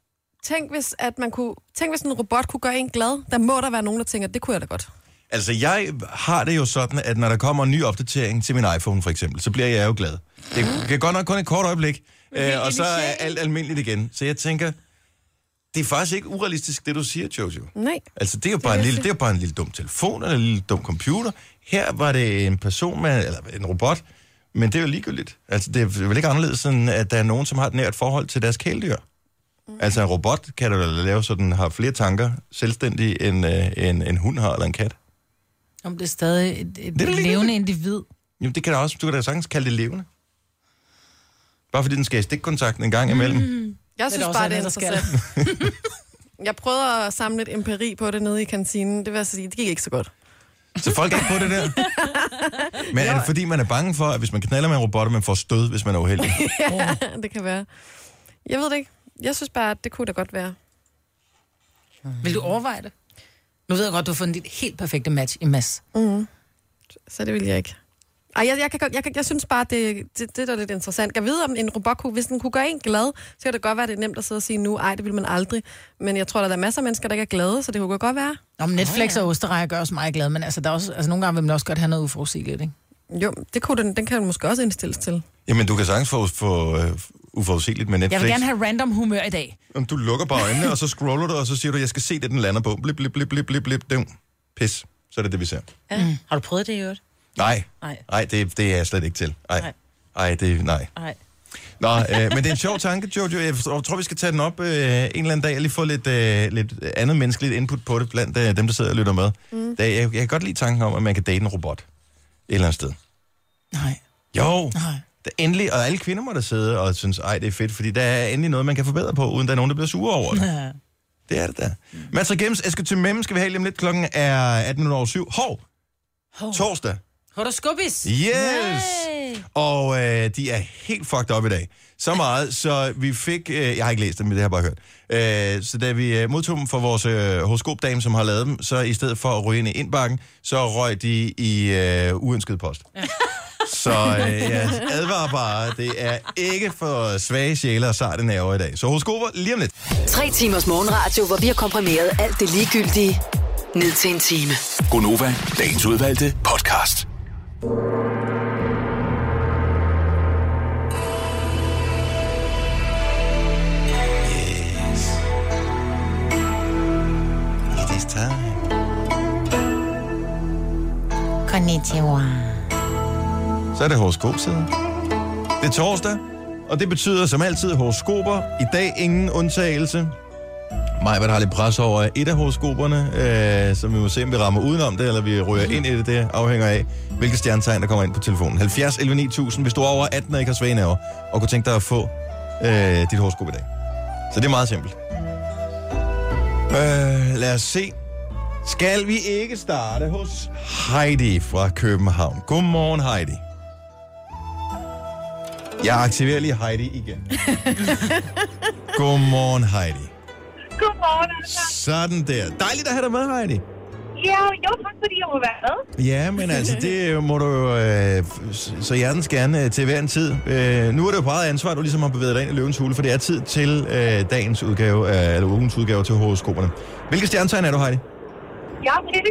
S4: Tænk hvis, at man kunne, tænk hvis en robot kunne gøre en glad. Der må der være nogen, der tænker, det kunne jeg da godt.
S1: Altså, jeg har det jo sådan, at når der kommer en ny opdatering til min iPhone, for eksempel, så bliver jeg jo glad. Det kan godt nok kun et kort øjeblik, øh, og så er alt almindeligt igen. Så jeg tænker, det er faktisk ikke urealistisk, det du siger, Jojo.
S4: Nej.
S1: Altså, det er jo bare, en lille, det er jo bare en lille dum telefon eller en lille dum computer. Her var det en person med, eller en robot, men det er jo ligegyldigt. Altså, det er vel ikke anderledes, end at der er nogen, som har et nært forhold til deres kæledyr. Mm. Altså en robot kan du da lave, så den har flere tanker selvstændig, end øh, en, en hund har eller en kat.
S3: Om det er stadig et, et
S1: da
S3: det er Mm.
S1: ligegyldigt.
S3: levende individ.
S1: Jamen, det kan da også, du kan da sagtens kalde det levende. Bare fordi den skal i stikkontakten en gang imellem. Mm.
S4: Jeg synes
S3: også
S4: bare,
S3: en
S4: det er
S3: anden, der
S4: interessant. *laughs* jeg prøvede at samle lidt empiri på det nede i kantinen. Det vil jeg så sige, det gik ikke så godt.
S1: Så folk er ikke på det *laughs* der. Men er det fordi, man er bange for, at hvis man knaller med en robot, at man får stød, hvis man er uheldig?
S4: *laughs* det kan være. Jeg ved det ikke. Jeg synes bare, at det kunne da godt være.
S3: Vil du overveje det? Nu ved jeg godt, du har fundet dit helt perfekte match i Mads.
S4: Så det vil jeg ikke. Ej, jeg, jeg, kan, godt- jeg, kan, jeg synes bare, det, det, det er da lidt interessant. Jeg ved, om en robot kunne, hvis den kunne gøre en glad, så kan det godt være, det er nemt at sidde og sige nu, ej, det vil man aldrig. Men jeg tror, der er masser af mennesker, der ikke er glade, så det kunne godt være.
S3: Om Netflix og Osterrejer gør os meget glade, men altså, der er også, altså, nogle gange vil man også godt have noget uforudsigeligt, ikke?
S4: Jo, det kunne den, den kan den måske også indstilles til.
S1: Jamen, du kan sagtens få, få uh, uforudsigeligt med Netflix.
S3: Jeg vil gerne have random humør i dag.
S1: Om du lukker bare øjnene, og så scroller du, og så siger du, jeg skal se det, den lander på. Blip, blip, blip, blip, blip, blip. Dem. Pis. Så er det det, vi ser.
S2: Ja. Har du prøvet det i øvrigt?
S1: Nej.
S2: Nej.
S1: Nej, det, det er jeg slet ikke til. Nej.
S2: Nej.
S1: Nej, det nej.
S2: Nej.
S1: Nå, øh, men det er en sjov tanke, Jojo. Jeg forstår- tror, vi skal tage den op øh, en eller anden dag, og lige få lidt, øh, lidt andet menneskeligt input på det, blandt øh, dem, der sidder og lytter med. Mm. Da, jeg, jeg kan godt lide tanken om, at man kan date en robot et eller andet sted.
S3: Nej.
S1: Jo,
S3: Nej.
S1: da endelig, og alle kvinder må da sidde og synes, ej, det er fedt, fordi der er endelig noget, man kan forbedre på, uden der er nogen, der bliver sure over det.
S3: Ja.
S1: Det er det da. Mads og Gems, Eske til Mem, skal vi have lige om lidt. Klokken er 18.07. Hov!
S3: *laughs* Hov.
S1: Torsdag.
S3: Horoskopis.
S1: Yes! Og øh, de er helt fucked op i dag. Så meget, så vi fik... Øh, jeg har ikke læst dem, men det har jeg bare hørt. Øh, så da vi øh, modtog dem fra vores øh, horoskopdame, som har lavet dem, så i stedet for at ryge ind i indbakken, så røg de i øh, uønsket post. Ja. *laughs* Så øh, jeg advarer bare, det er ikke for svage sjæler og sarte nerver i dag. Så horoskoper lige om lidt.
S5: Tre timers morgenradio, hvor vi har komprimeret alt det ligegyldige ned til en time.
S6: Gonova, dagens udvalgte podcast.
S1: Yes. It is time.
S3: Konnichiwa.
S1: Så er det horoskopsiden. Det er torsdag, og det betyder som altid horoskoper. I dag ingen undtagelse. Majbert har lidt pres over et af horoskoperne, øh, så vi må se, om vi rammer udenom det, eller vi rører ind i det. Det afhænger af, hvilket stjernetegn, der kommer ind på telefonen. 70 11 9000, hvis du er over 18 og ikke har svage nerver, og kunne tænke dig at få øh, dit horoskop i dag. Så det er meget simpelt. Øh, lad os se. Skal vi ikke starte hos Heidi fra København? Godmorgen, Heidi. Jeg aktiverer lige Heidi igen.
S8: *laughs*
S1: Godmorgen, Heidi.
S8: Godmorgen, altså.
S1: Sådan der. Dejligt at have dig med, Heidi.
S8: Ja, jo, tak fordi jeg må være med.
S1: Ja, men altså, det må du jo, øh, s- så hjertens gerne øh, til hver en tid. Øh, nu er det jo på eget ansvar, at du ligesom har bevæget dig ind i løvens hule, for det er tid til øh, dagens udgave, øh, eller ugens udgave til horoskoperne. Hvilke stjernetegn er du, Heidi?
S8: Jeg er Tilly.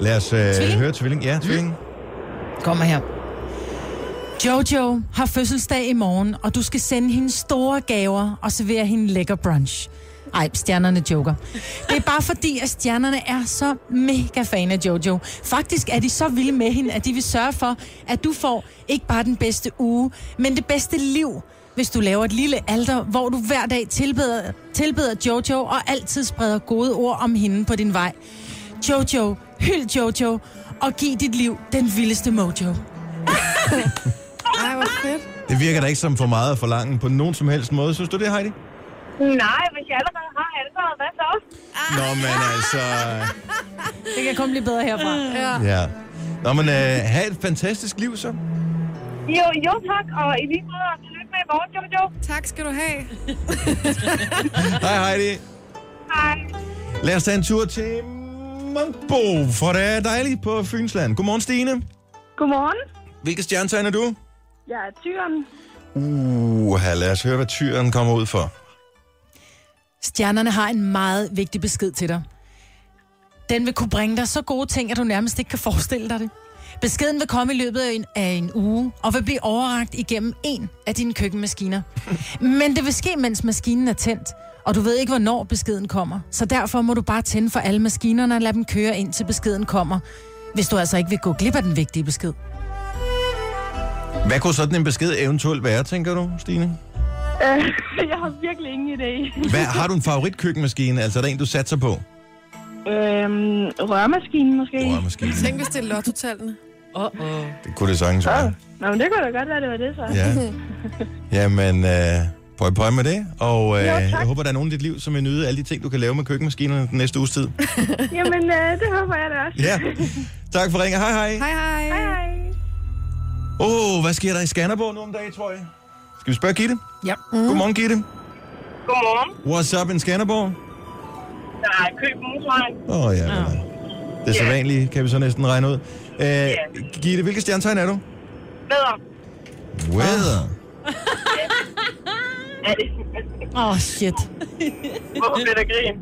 S1: Lad os øh, høre tvilling. Ja, tvilling.
S3: Kommer her. Jojo har fødselsdag i morgen, og du skal sende hende store gaver og servere hende lækker brunch. Ej, stjernerne joker. Det er bare fordi, at stjernerne er så mega fan af Jojo. Faktisk er de så vilde med hende, at de vil sørge for, at du får ikke bare den bedste uge, men det bedste liv, hvis du laver et lille alter, hvor du hver dag tilbeder, tilbeder Jojo og altid spreder gode ord om hende på din vej. Jojo, hyld Jojo, og giv dit liv den vildeste mojo.
S4: Ej, hvor fedt.
S1: Det virker da ikke som for meget at forlange på nogen som helst måde. Synes du det, Heidi?
S8: Nej, hvis jeg allerede har ansvaret, hvad så?
S1: Nå, men altså...
S3: Det kan kun blive bedre herfra.
S1: Ja. Nå, men øh, have et fantastisk liv så.
S8: Jo, jo, tak, og i lige måde, og tillykke med i morgen, jo, jo.
S4: Tak skal du have.
S1: *laughs* Hej Heidi.
S8: Hej.
S1: Lad os tage en tur til Mangbo, for det er dejligt på Fynsland. Godmorgen, Stine.
S8: Godmorgen.
S1: Hvilke stjernetegn er du?
S8: Jeg er Tyren.
S1: Uh, lad os høre, hvad tyren kommer ud for.
S3: Stjernerne har en meget vigtig besked til dig. Den vil kunne bringe dig så gode ting, at du nærmest ikke kan forestille dig det. Beskeden vil komme i løbet af en, af en uge, og vil blive overragt igennem en af dine køkkenmaskiner. Men det vil ske, mens maskinen er tændt, og du ved ikke, hvornår beskeden kommer. Så derfor må du bare tænde for alle maskinerne og lade dem køre ind til beskeden kommer, hvis du altså ikke vil gå glip af den vigtige besked.
S1: Hvad kunne sådan en besked eventuelt være, tænker du, Stine?
S8: Øh, *laughs* jeg har virkelig ingen idé.
S1: Hvad, har du en favoritkøkkenmaskine? Altså er der en, du satser på?
S8: Øhm, rørmaskinen måske?
S1: Rørmaskinen.
S4: Tænk, hvis det er lottotallene.
S2: Åh, åh.
S1: Det kunne det sagtens være.
S8: Nå, men det kunne da godt være, det var det så.
S1: Ja. Jamen, øh, prøv, prøv med det. Og øh,
S8: Jo, tak.
S1: jeg håber, der er nogen i dit liv, som vil nyde alle de ting, du kan lave med køkkenmaskinerne den næste uges tid.
S8: Jamen, øh, det håber jeg da også.
S1: Ja. *laughs* Tak for ringen. Hej hej.
S4: Hej, hej.
S8: Hej, hej.
S1: Åh, oh, hvad sker der i Skanderborg nu om dagen, tror jeg? Skal vi spørge Gitte?
S3: Ja.
S1: Mm. Godmorgen, Gitte.
S8: Godmorgen.
S1: What's up in Skanderborg?
S8: Der er køb motorvejen.
S1: Åh, oh, ja. ja. Det er så
S8: Ja.
S1: vanligt, kan vi så næsten regne ud. Uh, yeah. Gitte, hvilket stjernetegn er du?
S8: Bedre.
S1: Weather.
S8: Er det?
S3: Åh, oh, shit.
S8: Hvorfor bliver der grin?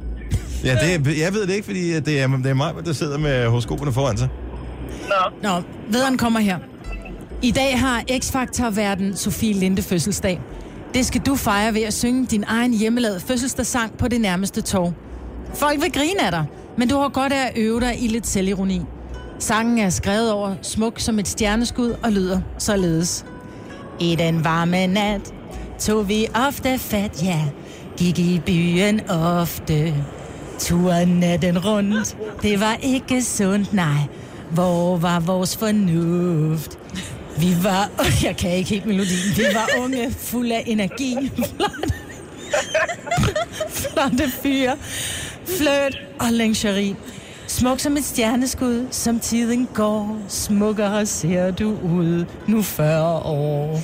S1: Ja, det, er- jeg ved det ikke, fordi at det er, det er mig, der sidder med horoskoperne foran sig.
S8: Nå.
S3: Nå, vederen kommer her. I dag har X-Factor-verden Sofie Linde fødselsdag. Det skal du fejre ved at synge din egen hjemmelavede fødselsdagssang på det nærmeste tog. Folk vil grine af dig, men du har godt af at øve dig i lidt selvironi. Sangen er skrevet over, smuk som et stjerneskud og lyder således. I den varme nat tog vi ofte fat, ja. Gik i byen ofte. Turen natten rundt, det var ikke sundt, nej. Hvor var vores fornuft? Vi var... *laughs* Oh, jeg kan ikke helt melodien. Vi var unge, fuld af energi. Flotte, flotte fyre. Fløt og lingerie. Smuk som et stjerneskud, som tiden går. Smukkere ser du ud, nu 40 år.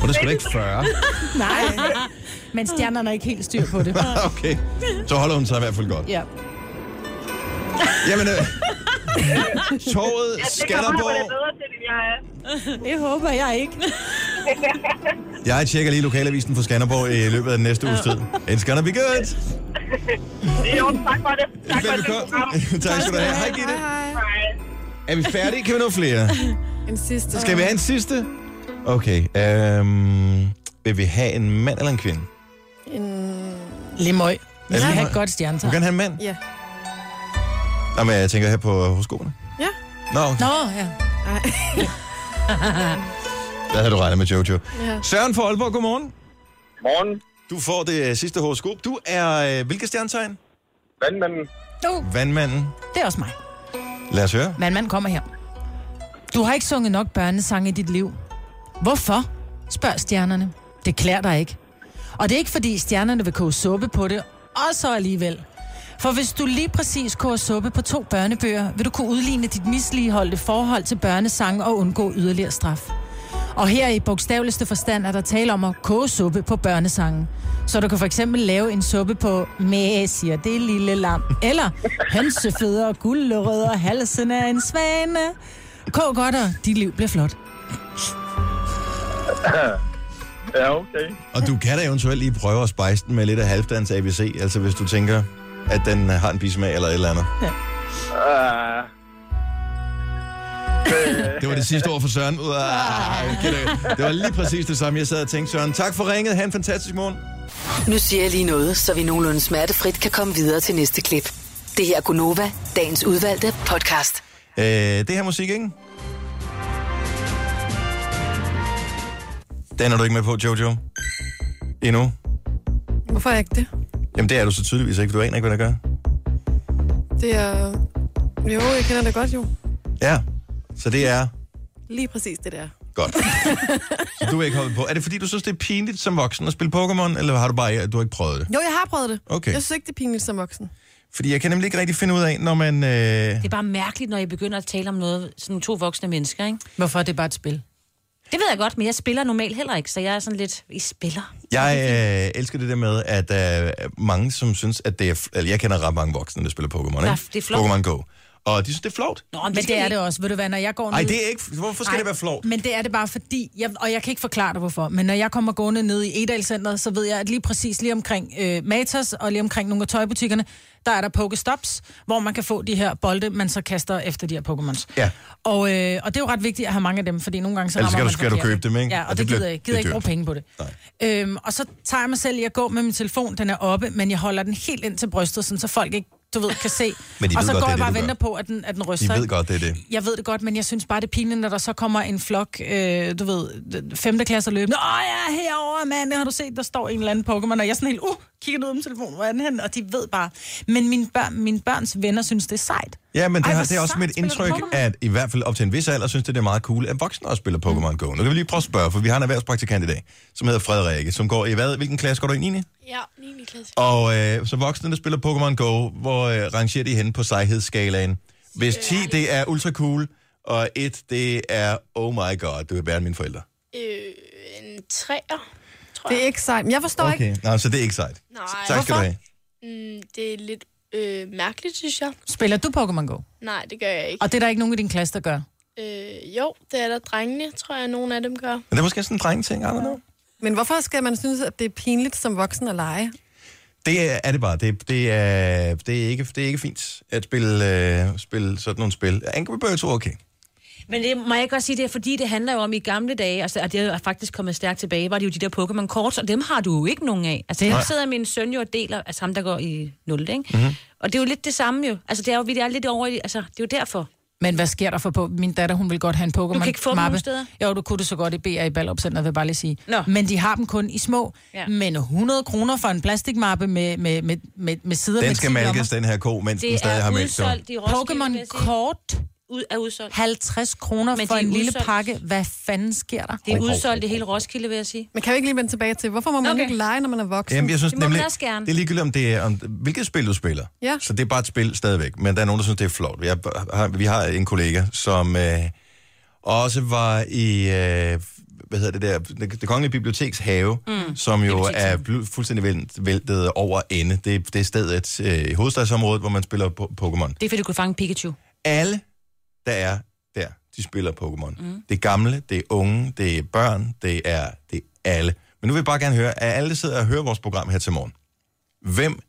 S1: Og det skulle ikke 40.
S3: Nej, *laughs* men stjernerne er ikke helt styr på det.
S1: *laughs* okay. Så holder hun sig i hvert fald godt.
S3: Ja.
S1: Jamen,
S8: *laughs*
S1: øh, toget Skanderborg.
S8: bedre til, end jeg er.
S3: Det håber jeg ikke.
S1: Jeg tjekker lige lokalavisen for Skanderborg i løbet af den næste uges tid. It's gonna be good.
S8: Det er jo, tak for det. Tak for det.
S1: Velbekomme. *laughs* tak skal du have. Hej, Gitte.
S8: Hej.
S1: Er vi færdige? Kan vi nå
S8: *laughs*
S1: flere?
S4: En sidste.
S1: Skal vi have en sidste? Okay. Øhm, vil vi have en mand eller en kvinde?
S4: En...
S3: Limøj. Vi skal
S1: Limøj.
S3: have et godt
S1: Du
S3: stjernetegn.
S1: kan have en mand?
S4: Ja.
S1: Nå, men jeg tænker her på horoskoperne.
S4: Ja.
S1: Nå, okay.
S3: Nå, ja.
S4: Ej.
S1: der havde du regnet med Jojo.
S4: Ja.
S1: Søren fra Aalborg, godmorgen.
S9: Morgen.
S1: Du får det øh, sidste horoskop. Du er, øh, hvilket stjernetegn?
S9: Vandmanden.
S3: Nu,
S1: Vandmanden.
S3: det er også mig.
S1: Lad os høre.
S3: Vandmand kommer her. Du har ikke sunget nok børnesange i dit liv. Hvorfor? Spørger stjernerne. Det klæder dig ikke. Og det er ikke fordi stjernerne vil koge suppe på det, og så alligevel. For hvis du lige præcis koger suppe på to børnebøger, vil du kunne udligne dit misligeholdte forhold til børnesange og undgå yderligere straf. Og her i bogstaveligste forstand er der tale om at koge suppe på børnesangen. Så du kan for eksempel lave en suppe på Mæ, siger det lille lam. Eller hønsefødder og guldrødder og halsen af en svane. Kog godt, og dit liv bliver flot.
S9: Ja, okay.
S1: Og du kan da eventuelt lige prøve at spice den med lidt af halvdans ABC, altså hvis du tænker, at den øh, har en bismag eller et eller andet.
S9: Uh,
S1: Øh. *laughs* Det var det sidste ord for Søren. Uah, kan det- det var lige præcis det samme, jeg sad og tænkte, Søren. Tak for ringet. Ha' en fantastisk morgen.
S5: Nu siger jeg lige noget, så vi nogenlunde smertefrit kan komme videre til næste klip. Det her er Gunova, dagens udvalgte podcast.
S1: Øh, det her musik, ikke? Den er du ikke med på, Jojo? Endnu?
S4: Hvorfor er jeg ikke det?
S1: Jamen, det er du så tydeligvis ikke, for du aner ikke, hvad der gør.
S4: Det er... Jo, jeg kender det godt, jo.
S1: Ja, så det er
S4: Lige præcis det der.
S1: godt. så du er ikke hoppet på. Er det fordi, du synes, det er pinligt som voksen at spille Pokémon, eller har du bare du har ikke prøvet det?
S4: Jo, jeg har prøvet det.
S1: Okay.
S4: Jeg synes ikke, det er pinligt som voksen.
S1: Fordi jeg kan nemlig ikke rigtig finde ud af, når man... Øh...
S2: Det er bare mærkeligt, når I begynder at tale om noget, sådan to voksne mennesker, ikke?
S3: Hvorfor er det bare et spil?
S2: Det ved jeg godt, men jeg spiller normalt heller ikke, så jeg er sådan lidt, I spiller.
S1: Jeg øh, elsker det der med, at der øh, er mange, som synes, at det er... F- eller jeg kender ret mange voksne, der spiller Pokémon,
S2: Ja,
S1: ikke?
S2: det er flot.
S1: Pokémon Go. Og de synes, det er flot.
S2: Nå,
S3: Men det er det også. Ved du hvad, når jeg går ned...
S1: Nej, det er ikke... Hvorfor skal Ej. det være flot?
S3: Men det er det bare fordi, jeg, og jeg kan ikke forklare dig hvorfor, men når jeg kommer gående ned i Edalcenteret, så ved jeg, at lige præcis lige omkring øh, Matas og lige omkring nogle af tøjbutikkerne, der er der Pokestops, hvor man kan få de her bolde, man så kaster efter de her Pokémons.
S1: Ja.
S3: Og, øh, og det er jo ret vigtigt at have mange af dem, fordi nogle gange så
S1: Ellers
S3: rammer
S1: skal du-
S3: man
S1: skal du
S3: forkert,
S1: købe dem, ikke?
S3: Ja, og,
S1: Og
S3: og
S1: det
S3: det,
S1: bliver-
S3: gider jeg ikke. Gider
S1: det er
S3: jeg ikke bruge
S1: dyrt.
S3: penge på det. Øhm, og så tager jeg mig selv i at gå med min telefon, den er oppe, men jeg holder den helt ind til brystet, sådan, så folk ikke du ved, kan se.
S1: *laughs* Men de
S3: og
S1: ved
S3: så
S1: godt, det
S3: går
S1: er
S3: jeg
S1: det,
S3: bare
S1: du
S3: og venter
S1: gør.
S3: på, at den, at den ryster.
S1: De ved
S3: ikke?
S1: godt, det er det.
S3: Jeg ved det godt, men jeg synes bare, det er pinligt, når der så kommer en flok, øh, du ved, 5. klasser løbende. Åh, ja, herovre, mand, har du set, der står en eller anden Pokémon, og jeg er sådan helt, uh, kigger ned om telefonen, hvor er den henne? Og de ved bare. Men mine, børn, mine børns venner synes, det er sejt.
S1: Ja, men det,
S3: Ej,
S1: Ej, har,
S3: hvor
S1: det er også
S3: sejt,
S1: mit
S3: spiller du
S1: indtryk,
S3: Pokémon?
S1: at i hvert fald op til en vis alder, synes det, det er meget cool, at voksne også spiller
S3: Mm.
S1: Pokémon Go. Nu kan vi lige prøve at spørge, for vi har en erhvervspraktikant i dag, som hedder Frederikke, som går i hvad? Hvilken klasse går du ind i? 9.
S10: Ja, 9. klasse.
S1: Og øh, så voksne, der spiller Pokémon Go, hvor øh, rangerer de henne på sejhedsskalaen? Hvis 10, det er ultra cool, og 1, det er, oh my god, det vil være mine forældre.
S10: Øh, en træer, tror
S4: Det er
S10: jeg.
S4: ikke sejt. Men jeg forstår okay. ikke.
S1: Nå, så det er ikke sejt.
S10: Nej,
S1: Tak skal du
S4: Hvorfor?
S1: have.
S10: mm, det er lidt øh, mærkeligt, synes jeg.
S3: Spiller du Pokémon Go?
S10: Nej, det gør jeg ikke.
S3: Og det er der ikke nogen i din klasse, der gør.
S10: Øh, jo, det er der drengene, tror jeg, nogen af dem gør.
S1: Men det er måske sådan en drengting, I don't know.
S4: Men hvorfor skal man synes, at det er pinligt som voksen at lege?
S1: Det er, er det bare. Det, det, er, det, er ikke, det er ikke fint at spille, øh, spille sådan nogle spil. Angry Birds er okay.
S2: Men det må jeg ikke også sige, det er fordi, det handler jo om i gamle dage, altså, og det er faktisk kommet stærkt tilbage, var det jo de der Pokémon Kort, og dem har du jo ikke nogen af. Altså, her sidder min søn jo og deler, altså ham, der går i 0, ikke? Mm-hmm. Og det er jo lidt det samme jo. Altså, det er jo, vi er lidt over i, altså, det er jo derfor.
S3: Men hvad sker der for på? Min datter, hun vil godt have en Pokémon-mappe.
S2: Du kan ikke få dem nogen steder?
S3: Jo, du kunne det så godt i BR i Ballopcenter, vil jeg bare lige sige.
S2: Nå.
S3: Men de har dem kun i små.
S2: Ja.
S3: Ja. Men 100 kroner for en plastikmappe med, med, med, med, med sider med
S1: Den skal
S3: ti
S1: malkes,
S3: lommer.
S1: den her ko, mens den
S2: Det
S1: stadig har
S2: er
S1: mælk.
S2: udsolgt i Roskilde, vil jeg sige.
S3: Pokémon Kort,
S2: Ud, er udsolgt.
S3: 50 kroner
S2: Men
S3: for
S2: de er
S3: en lille
S2: udsolgt.
S3: pakke. Hvad fanden sker der?
S2: Det er udsolgt i hele Roskilde, vil jeg sige.
S4: Men kan vi ikke lige vende tilbage til, hvorfor må man
S2: Okay.
S4: okay. ikke lege, når man er voksen?
S1: Jamen, jeg synes
S2: Det må man
S1: nemlig,
S2: også gerne.
S1: det er ligegyldigt, om det er, om, hvilket spil du spiller.
S4: Ja.
S1: Så det er bare et spil stadigvæk. Men der er nogen, der synes, det er flot. Jeg, har, vi har en kollega, som øh, også var i, øh, hvad hedder det der, det, det Kongelige Biblioteks have, mm, som jo er bl- fuldstændig vælt- væltet over ende. Det, det er stedet øh, i hovedstadsområdet, hvor man spiller po- Pokémon.
S2: Det er fordi, du kunne fange Pikachu.
S1: alle, der er der, de spiller Pokémon. Mm. Det er gamle, det er unge, det er børn, det er, det er alle. Men nu vil jeg bare gerne høre, at alle der sidder og hører vores program her til morgen. Hvem,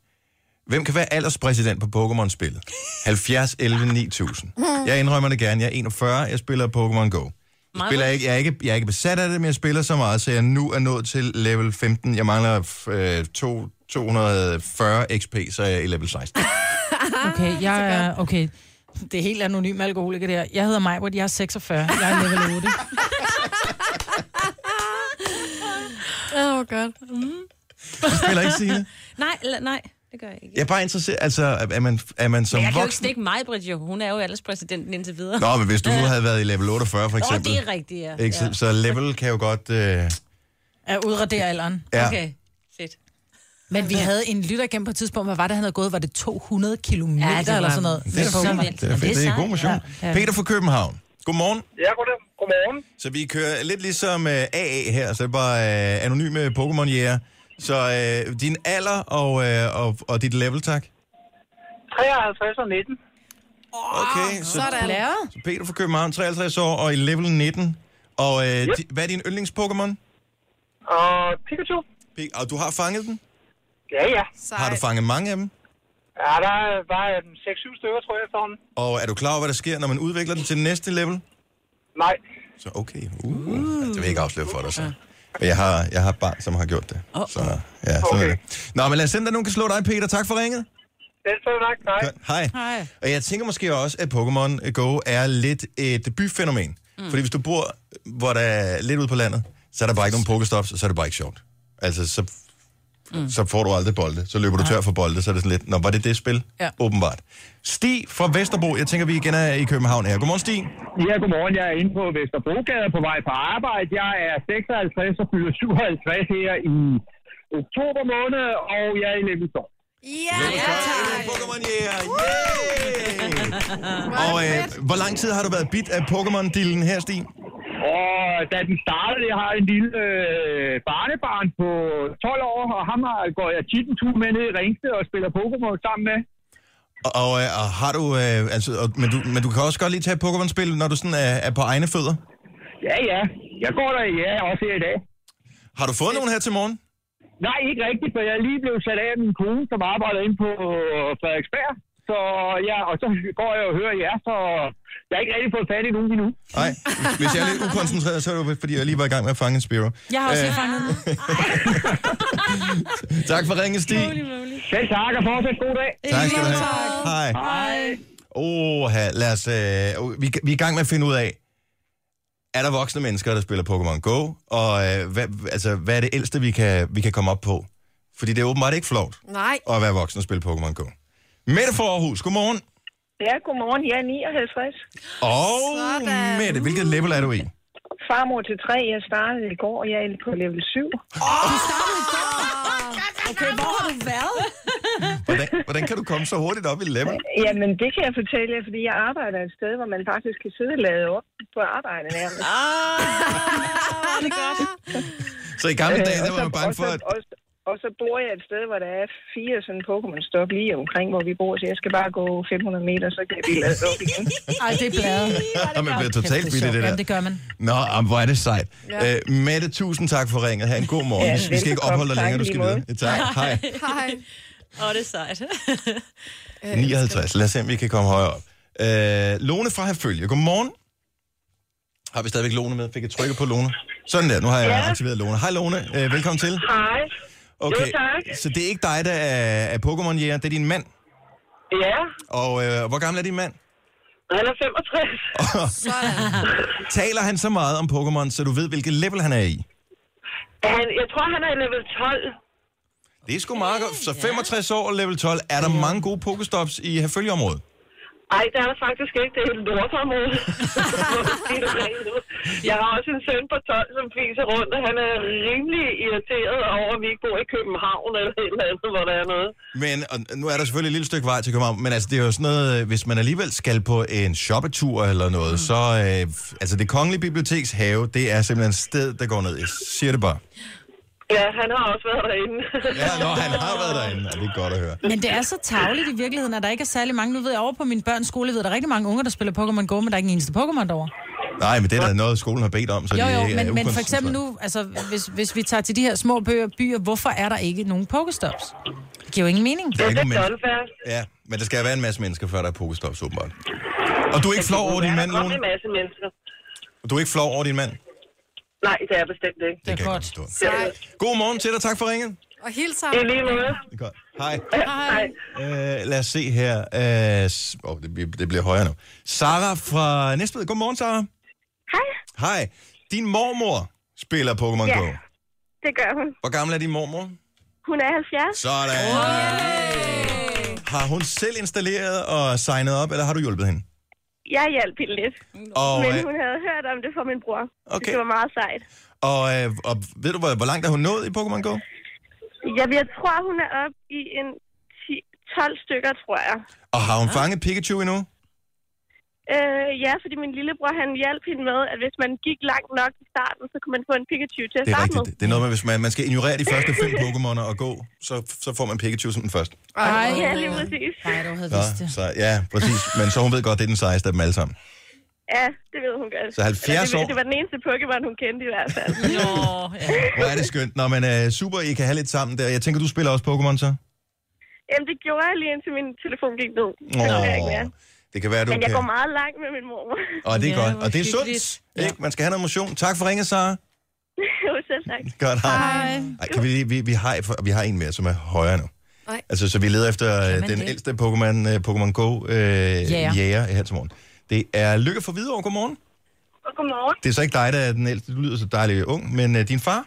S1: hvem kan være alderspræsident på Pokémon-spillet? 70, 11, 9000. Jeg indrømmer det gerne, jeg er 41, jeg spiller Pokémon Go. Jeg, spiller ikke, jeg, er ikke, jeg er ikke besat af det, men jeg spiller så meget, så jeg nu er nået til level 15. Jeg mangler øh, to, 240 XP, så er jeg i level 16.
S3: Okay, jeg er... Okay. Det er helt anonym alkoholiker, det her. Jeg hedder Majbert, jeg er 46. Jeg er level 8.
S4: Åh, oh, godt.
S1: Spiller ikke, Signe?
S2: Nej, eller, nej, det gør jeg ikke.
S1: Jeg er bare interesseret, altså, er man, er man som
S2: Men jeg kan jo ikke
S1: voksen...
S2: stikke mig, Britt, jo. Hun er jo alderspræsidenten indtil videre.
S1: Nå, men hvis du nu havde været i level 48, for
S2: Åh,
S1: eksempel.
S2: det er rigtigt, ja.
S1: Ikke? Så,
S2: ja.
S1: så level kan jo godt... Øh, ja.
S3: Er udradere alderen.
S2: Okay, fedt.
S3: Men vi havde en lytter igen på et tidspunkt. Hvad var det, han havde gået? Var det 200 kilometer
S2: Ja,
S3: ja,
S2: det var-
S3: eller sådan noget?
S1: Det er,
S3: Med
S1: da
S3: Pokémon.
S1: fedt. det er,
S2: Men det
S1: fedt.
S2: er
S1: Det er
S2: sejt,
S1: god motion.
S3: ja. Ja.
S1: Peter fra København. Godmorgen.
S9: Ja, goddag. Godmorgen.
S1: Så vi kører lidt ligesom øh, AA her, så det er bare øh, anonyme pokémon jæger Så øh, din alder og, øh, og, og dit level, tak.
S9: 53 og 19.
S1: Okay, så
S3: Lærer?
S1: så Peter fra København, 53 år og i level 19. Og øh, di, hvad er din yndlings-Pokémon?
S9: Og Pikachu.
S1: Pe- Og du har fanget den?
S9: Ja, ja.
S1: Har du fanget mange af dem?
S9: Ja, der var 6-7 stykker, tror jeg, efterhånden.
S1: Og er du klar over, hvad der sker, når man udvikler den til næste level?
S9: Nej.
S1: Så okay. Uh, uh. Det vil jeg ikke afsløre for dig, så. Men jeg har, jeg har et barn, som har gjort det. Oh, så, ja, sådan okay.
S9: Okay.
S1: er det. Nå, men lad os se, om der er nogen der kan slå dig, Peter. Tak for ringet.
S9: Den så nok. Nej.
S1: Godt. Hej.
S3: Hej.
S1: Og jeg tænker måske også, at Pokémon Go er lidt et byfænomen. Mm. Fordi hvis du bor, hvor der er lidt ude på landet, så er der bare ikke nogen Pokestops, og så er det bare ikke sjovt. Altså, så, mm. så får du aldrig bolde. Så løber du tør for bolde, så er det sådan lidt, nå, var det det spil?
S3: Ja.
S1: Åbenbart. Stig fra Vesterbro, jeg tænker, vi igen er i København her. Godmorgen, Stig.
S9: Ja, godmorgen. Jeg er inde på Vesterbrogade på vej på arbejde. Jeg er 56 og fylder 57 her i oktober måned, og jeg er i level 12.
S4: Ja, ja tak.
S1: Pokémon Yeah! Yay! Og øh, hvor lang tid har du været bit af Pokémon-dealen her, Stig?
S9: Og da den startede, jeg har en lille øh, barnebarn på 12 år, og ham har, går jeg tit en tur med ned i Ringsted og spiller Pokémon sammen med.
S1: Og, og, øh, og har du, øh, altså, og, men, du, men du kan også godt lige tage Pokémon-spil, når du sådan er, er på egne fødder.
S9: Ja, ja. Jeg går der, ja, også her i dag.
S1: Har du fået nogen her til morgen?
S9: Nej, ikke rigtigt, for jeg er lige blevet sat af af min kone, som øh, arbejder inde på Frederiksberg. Så ja, og så går jeg og hører jer, så Jeg har ikke rigtig fået fat i nogen endnu.
S1: Nej, hvis jeg er lidt ukoncentreret, så er det jo, fordi jeg lige var i gang med at fange en Spiro. Øh.
S3: Jeg har også lige fanget den.
S1: *laughs* Tak for ringen, Stig.
S9: Selv tak, og fortsat god dag.
S1: Tak skal du have. Hej. Åh, lad os... Øh, vi, vi er i gang med at finde ud af, er der voksne mennesker, der spiller Pokémon Go? Og øh, hvad, altså, hvad er det ældste, vi kan, vi kan komme op på? Fordi det er åbenbart ikke flot
S4: Nej.
S1: at være voksen og spille Pokémon Go. Mette for Aarhus, godmorgen.
S8: Ja, godmorgen. Jeg er 59.
S1: Og
S8: Sådan.
S1: Mette, hvilket level er du i?
S8: Farmor til tre. Jeg startede i går, og jeg er på level 7.
S3: Okay, hvor har du været?
S1: Hvordan, hvordan kan du komme så hurtigt op i level?
S8: Jamen, det kan jeg fortælle jer, fordi jeg arbejder et sted, hvor man faktisk kan sidde og lade op på arbejde nærmest. Ah, det er godt.
S1: Så i gamle dage, der var man bange for,
S8: og,
S1: at...
S8: så, og, så, og så bor jeg et sted, hvor der er fire sådan Pokémon-stok lige omkring, hvor vi bor, så jeg skal bare gå 500 meter, så kan jeg blive lavet op igen.
S3: Ej, det er bladet.
S1: *laughs* Og man bliver totalt
S3: Kæft,
S1: bidt i
S3: sjovt.
S1: det der.
S3: Jamen, det gør man.
S1: Nå, jamen, hvor er det sejt.
S4: Ja.
S1: Ja. Øh, Mette, tusind tak for ringet. Ha' en god morgen.
S8: Ja,
S1: Ja, vi skal ikke
S8: velbekomme.
S1: opholde dig
S8: Tak
S1: længere,
S8: i
S1: du skal
S8: lige måde.
S1: videre. Ja, Tak.
S8: *laughs*
S1: Hej.
S4: Hej.
S2: Åh, det er sejt. *laughs*
S1: 59. Lad os se, om vi kan komme højere op. Øh, Lone fra Herfølge. Godmorgen. Har vi stadigvæk Lone med? Fik jeg trykket på Lone? Sådan der, nu har jeg
S8: Ja.
S1: aktiveret Lone. Hej Lone, øh, velkommen til.
S8: Hej.
S1: Okay,
S8: Jo, tak.
S1: så det er ikke dig, der er, er pokémon jæger det er din mand.
S8: Ja,
S1: Og øh, hvor gammel er din mand?
S8: han er 65.
S1: Taler han så meget om Pokémon, så du ved, hvilket level han er i?
S8: Han, jeg tror, han er i level 12.
S1: Det er sgu meget godt. Så 65 år og level 12. Er der mange gode Pokestops i Herfølgeområdet?
S8: Ej, det er der faktisk ikke. Det er helt lortområde. *laughs* jeg har også en søn på 12, som fiser rundt, og han er rimelig irriteret over, at vi ikke bor i København eller et eller andet, hvor der er noget.
S1: Men og nu er der selvfølgelig et lille stykke vej til København, men altså, det er jo sådan noget, øh, hvis man alligevel skal på en shoppetur eller noget, mm. så øh, f- altså det kongelige biblioteks have, det er simpelthen et sted, der går ned. Jeg siger det bare.
S8: Ja, han har også været derinde. *laughs*
S1: Ja, *laughs* nå, han har været derinde, og det er godt at høre.
S3: Men det er så tavligt i virkeligheden, at der ikke er særlig mange. Nu ved jeg over på min børns skole, ved jeg, der er rigtig mange unger, der spiller Pokémon Go, men der er ikke en eneste Pokémon derovre.
S1: Nej, men det er da noget, skolen har bedt om, så
S3: Jo,
S1: de
S3: jo,
S1: ikke er
S3: men, men for
S1: ukoncentrerede.
S3: eksempel nu, altså, hvis, hvis vi tager til de her små byer, byer, hvorfor er der ikke nogen Pokestops? Det giver jo ingen mening.
S1: Der er ikke
S8: Det
S1: nogen
S8: er
S1: mennesker.
S8: Dolfærd.
S1: Ja, men der skal være en masse mennesker, før der er Pokestops, åbenbart. Og du er ikke flov over din mand,
S8: Der er
S1: Lone?
S8: en masse mennesker.
S1: Du er ikke flov over din mand? Det,
S8: Nej, det er bestemt ikke.
S1: det kan
S3: godt.
S1: jeg godt forstå.
S4: Sejt.
S1: God morgen til dig, tak for ringet.
S4: Og helt
S8: I
S4: sammen.
S8: lige måde.
S1: Det er godt. Hej.
S8: Hej.
S1: Øh, lad os se her. Øh, s- åh, det, bliver- det bliver højere nu. Sara fra Næstved. Godmorgen, Sara.
S8: Hej,
S1: Hej. Din mormor spiller Pokémon
S8: Ja.
S1: Go.
S8: det gør hun.
S1: Hvor gammel er din mormor?
S8: Hun er 70.
S1: Sådan. Har hun selv installeret og signet op, eller har du hjulpet hende?
S8: Jeg hjalp hende lidt,
S1: Og, øh,
S8: havde hørt om det fra min bror.
S1: Okay. det var
S8: meget sejt.
S1: og, øh, og ved du, hvor, hvor langt er hun nået i Pokémon Go?
S8: Jeg, jeg tror, hun er oppe i en 12 stykker, tror jeg.
S1: Og har hun fanget Pikachu endnu?
S8: Øh, ja, fordi min lillebror, han hjalp hende med, at hvis man gik langt nok i starten, så kunne man få en Pikachu til at
S1: Det er
S8: starte med.
S1: rigtigt. Det er noget med, hvis man, man skal ignorere de første fem Pokémoner og gå, så, så får man Pikachu som den første.
S3: Ej,
S8: Ja, lige præcis.
S3: Nej, du havde
S1: Nå,
S3: vidst det.
S1: så, ja, præcis. Men så hun ved godt, det er den sejeste af dem alle sammen.
S8: Ja, det ved hun godt.
S1: Så 70
S8: Eller det,
S1: år.
S8: Det var den eneste Pokémon, hun kendte i hvert
S1: *laughs*
S8: fald.
S2: Nå, ja.
S1: Hvor er det skønt. Nå, men uh, super, I kan have lidt sammen der. Jeg tænker, du spiller også Pokémon så?
S8: Jamen, det gjorde jeg lige indtil min telefon gik ned. Det
S1: Åh,
S8: gør jeg ikke mere.
S1: det kan være, du
S8: Men jeg
S1: kan...
S8: går meget langt med min mor. *laughs*
S1: Og det er
S2: Ja,
S1: ja,
S2: hvor
S1: godt. Og det er
S2: hyggeligt.
S1: sundt.
S2: Ja.
S1: Ikke? Man skal have noget motion. Tak for ringet, Sara.
S8: Jo, selv tak.
S1: Godt, hej. hej. Ej, kan vi, lige- vi, vi, har, vi har en mere, som er højere nu.
S4: Nej.
S1: Altså, så vi leder efter øh,
S2: man
S1: den
S2: det?
S1: ældste Pokémon, øh, Pokémon Go øh,
S3: Jæger.
S1: jæger her til morgen. Det er Lykke fra Hvidovre. Godmorgen.
S8: Og godmorgen.
S1: Det er så ikke dig, der er den ældste. Du lyder så dejlig ung, men øh, din far?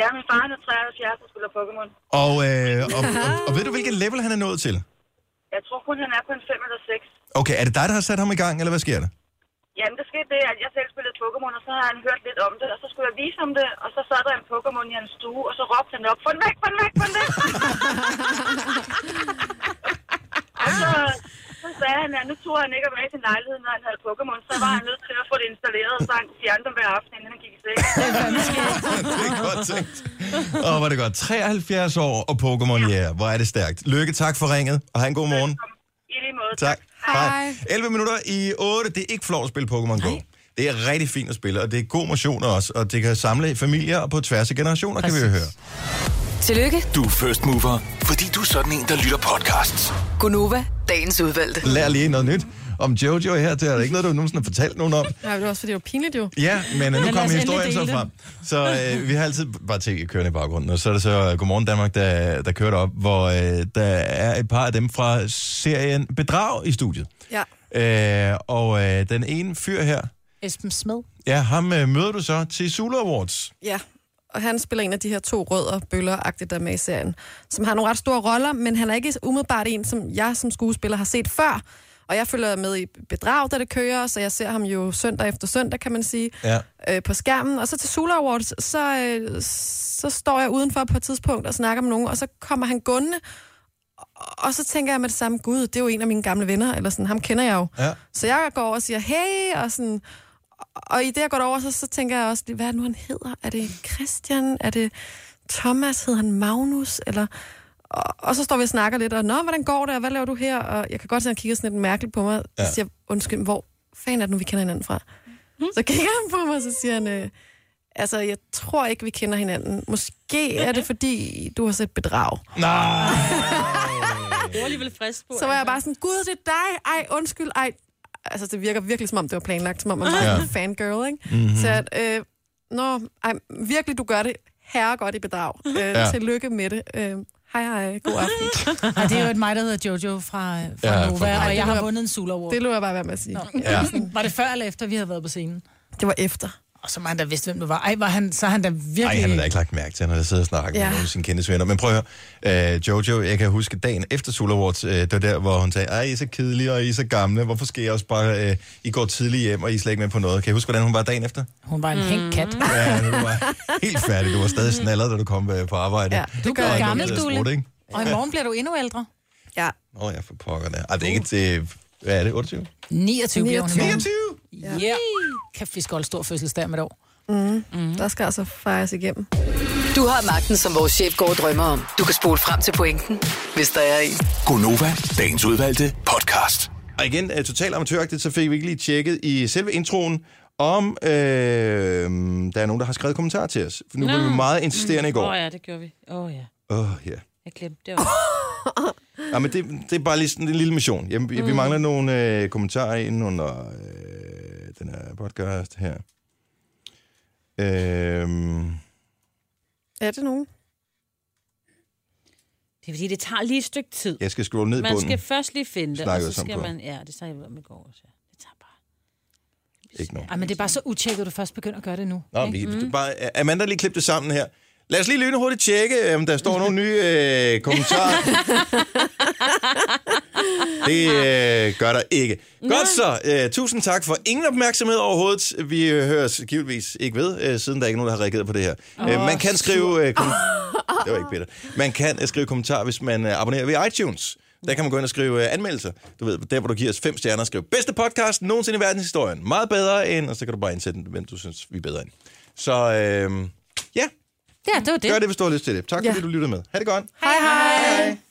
S8: Ja, min far er 73 og spiller Pokémon.
S1: Og, øh, og, og, og ved du, hvilket level han er nået til?
S8: Jeg tror kun, han er på en 5 eller 6.
S1: Okay, er det dig, der har sat ham i gang, eller hvad sker der? *laughs*
S8: Jamen, der skete det, at jeg selv spillede Pokémon, og så havde han hørt lidt om det, og så skulle jeg vise ham det, og så sad der en Pokémon i hans stue, og så råbte han op, få den væk, få den væk, få den
S1: *laughs*
S8: væk! og så, så sagde han, at nu tog han ikke at være i sin lejlighed, når han havde Pokémon, så var han nødt til at få det installeret, og sang de andre hver aften, inden han gik i seng.
S1: *laughs* det er godt tænkt. Og hvor er det godt. 73 år og Pokémon, ja. Yeah. Hvor er det stærkt. Lykke, tak for ringet, og have en god morgen.
S8: I lige måde.
S1: Tak.
S4: Hej.
S1: 11 minutter i 8. Det er ikke flot at spille Pokémon Go. Det er rigtig fint at spille, og det er god motion også, og det kan samle familier og på tværs af generationer, Præcis. kan vi jo høre.
S5: Tillykke,
S6: Du er first mover, fordi du er sådan en, der lytter podcasts.
S5: Gunova, dagens udvalgte.
S1: Lær lige noget nyt om Jojo her. Det er der ikke noget, du nogensinde har fortalt nogen om.
S4: Nej, det var også fordi, det var pinligt jo.
S1: Ja, men øh, nu
S4: Men lad
S1: kommer
S4: os
S1: historien
S4: endelig
S1: så
S4: dele
S1: frem.
S4: den.
S1: Så øh, vi har altid bare tv kørende i baggrunden, og så er det så øh, Godmorgen Danmark, der, der kører op, hvor øh, der er et par af dem fra serien Bedrag i studiet.
S4: Ja.
S1: Øh, og øh, den ene fyr her,
S3: Esben Smed.
S1: ja, ham øh, møder du så til Zulu Awards.
S4: Ja, og han spiller en af de her to rødder, bøller der er med i serien, som har nogle ret store roller, men han er ikke umiddelbart en, som jeg som skuespiller har set før. Og jeg følger med i bedrag, da det kører, så jeg ser ham jo søndag efter søndag, kan man sige,
S1: Ja.
S4: øh, på skærmen. Og så til Sula Awards, så, øh, så står jeg udenfor på et tidspunkt og snakker med nogen, og så kommer han gående, og så tænker jeg med det samme, gud, det er jo en af mine gamle venner, eller sådan, ham kender jeg jo.
S1: Ja.
S4: Så jeg går over og siger, hey, og sådan, og i det, jeg går derover, så, så tænker jeg også, lige, hvad er det nu, han hedder? Er det Christian? Er det Thomas? Hedder han Magnus? Eller, og, og så står vi og snakker lidt, og nå, hvordan går det, og hvad laver du her? Og jeg kan godt se, at han kigger sådan lidt mærkeligt på mig, ja.
S1: Ja.
S4: og siger, undskyld, hvor fanden er det nu, vi kender hinanden fra? Mm. Så kigger han på mig, og så siger han, øh, altså, jeg tror ikke, vi kender hinanden. Måske er det, fordi du har set bedrag. Ah.
S1: Nej!
S2: Du var alligevel frisk på.
S4: Så var jeg bare sådan, gud, det er dig, ej, undskyld, ej. Altså, det virker virkelig, som om det var planlagt, som om man var
S1: Ja.
S4: ja. en fangirl, ikke?
S1: Mhm.
S4: Mm-hmm. Så at, øh, nå, ej, virkelig, du gør det herre godt i bedrag. Øh,
S1: Mhm. Ja.
S4: ja. Tillykke med det. Øh, hej, hej, god aften.
S1: *laughs*
S3: Og det er jo et mig, der hedder Jojo fra, øh, fra
S1: Ja, fra
S3: ja, Nova,
S1: Nova.
S3: og jeg har
S4: var-
S3: vundet en Sula Award.
S4: Det lå jeg bare være med at sige.
S1: Ja.
S3: Var det før eller efter, vi havde været på scenen?
S4: Det var efter.
S3: Og så var han da vidste, hvem du var. Ej, var han, så er han da virkelig...
S1: Ej, han har da ikke lagt mærke til, når jeg sidder og snakker ja.
S4: Ja.
S1: med nogle af sine kendte venner. Men prøv at høre, øh, Jojo, jeg kan huske dagen efter Soul Awards, øh, det var der, hvor hun sagde, ej, I er så kedelige, og I er så gamle, hvorfor sker jeg også bare, øh, I går tidligt hjem, og I er slet ikke med på noget. Kan I huske, hvordan hun var dagen efter?
S3: Hun var en mm. hængt kat.
S1: Ja, du var helt færdig, du var stadig snallet, da du kom øh, på arbejde.
S4: Ja, det
S1: Og
S4: gør jeg.
S1: en
S3: Gammel,
S1: lille
S3: Dule.
S1: smut, ikke?
S3: Og i morgen bliver du endnu ældre.
S4: Ja,
S1: Åh, oh, jeg for pokker det. Ej, det er ikke til, hvad er det, 28?
S3: 29 bliver hun i morgen.
S1: 29!
S3: Ja. Yeah. Kæft, vi skal holde stor fødselsdag med et år.
S1: Mhm.
S4: der skal altså fejres igennem.
S5: Du har magten, som vores chef går og drømmer om. Du kan spole frem til pointen, hvis der er en.
S6: Gonova, dagens udvalgte podcast.
S1: Og igen, øh, totalt amatøragtigt, så fik vi ikke lige tjekket i selve introen, om øh, der er nogen, der har skrevet kommentarer til os. For nu var vi meget insisterende i
S2: Åh
S1: går.
S2: oh, ja, det gjorde vi. Åh oh, ja,
S1: Åh, oh, ja.
S2: jeg glemte det også.
S1: Ja, men det, det er bare lige sådan en lille mission. Jeg,
S2: Mm.
S1: jeg, vi mangler nogle øh, kommentarer ind under øh, den her podcast her. Øh,
S4: Er det nogen?
S2: Det er fordi, det tager lige et stykke tid.
S1: jeg skal scrolle ned på
S2: Man skal
S1: den.
S2: først lige finde det, og
S1: Snakkede
S2: så
S1: vi sammen
S2: skal
S1: på.
S2: man... Ja, det snakker vi om i går også. Ja. Det tager bare...
S1: Ikke nogen.
S3: Ej, men det er bare så utjekket, at du først begynder at gøre det nu.
S1: Nå, vi, mm. bare, Amanda lige klippe det sammen her. Lad os lige lynhurtigt tjekke, om der står nogle nye øh, kommentarer. det øh, gør der ikke. Godt så. Øh, tusind tak for ingen opmærksomhed overhovedet. Vi øh, høres givetvis ikke ved, øh, siden der ikke er nogen, der har reageret på det her. øh, man kan skrive... Øh, kom- det var ikke Peter. Man kan øh, skrive kommentarer, hvis man øh, abonnerer ved iTunes. Der kan man gå ind og skrive øh, anmeldelser. Du ved, der hvor du giver os fem stjerner og skriver, bedste podcast nogensinde i verdenshistorien. Meget bedre end... Og så kan du bare indsætte, hvem du synes, vi er bedre end. Så øh, ja,
S3: Ja, det var det.
S1: gør det, hvis du har lyst til det. Tak fordi
S4: Ja.
S1: du lyttede med. Ha' det godt.
S4: Hej, hej. hej.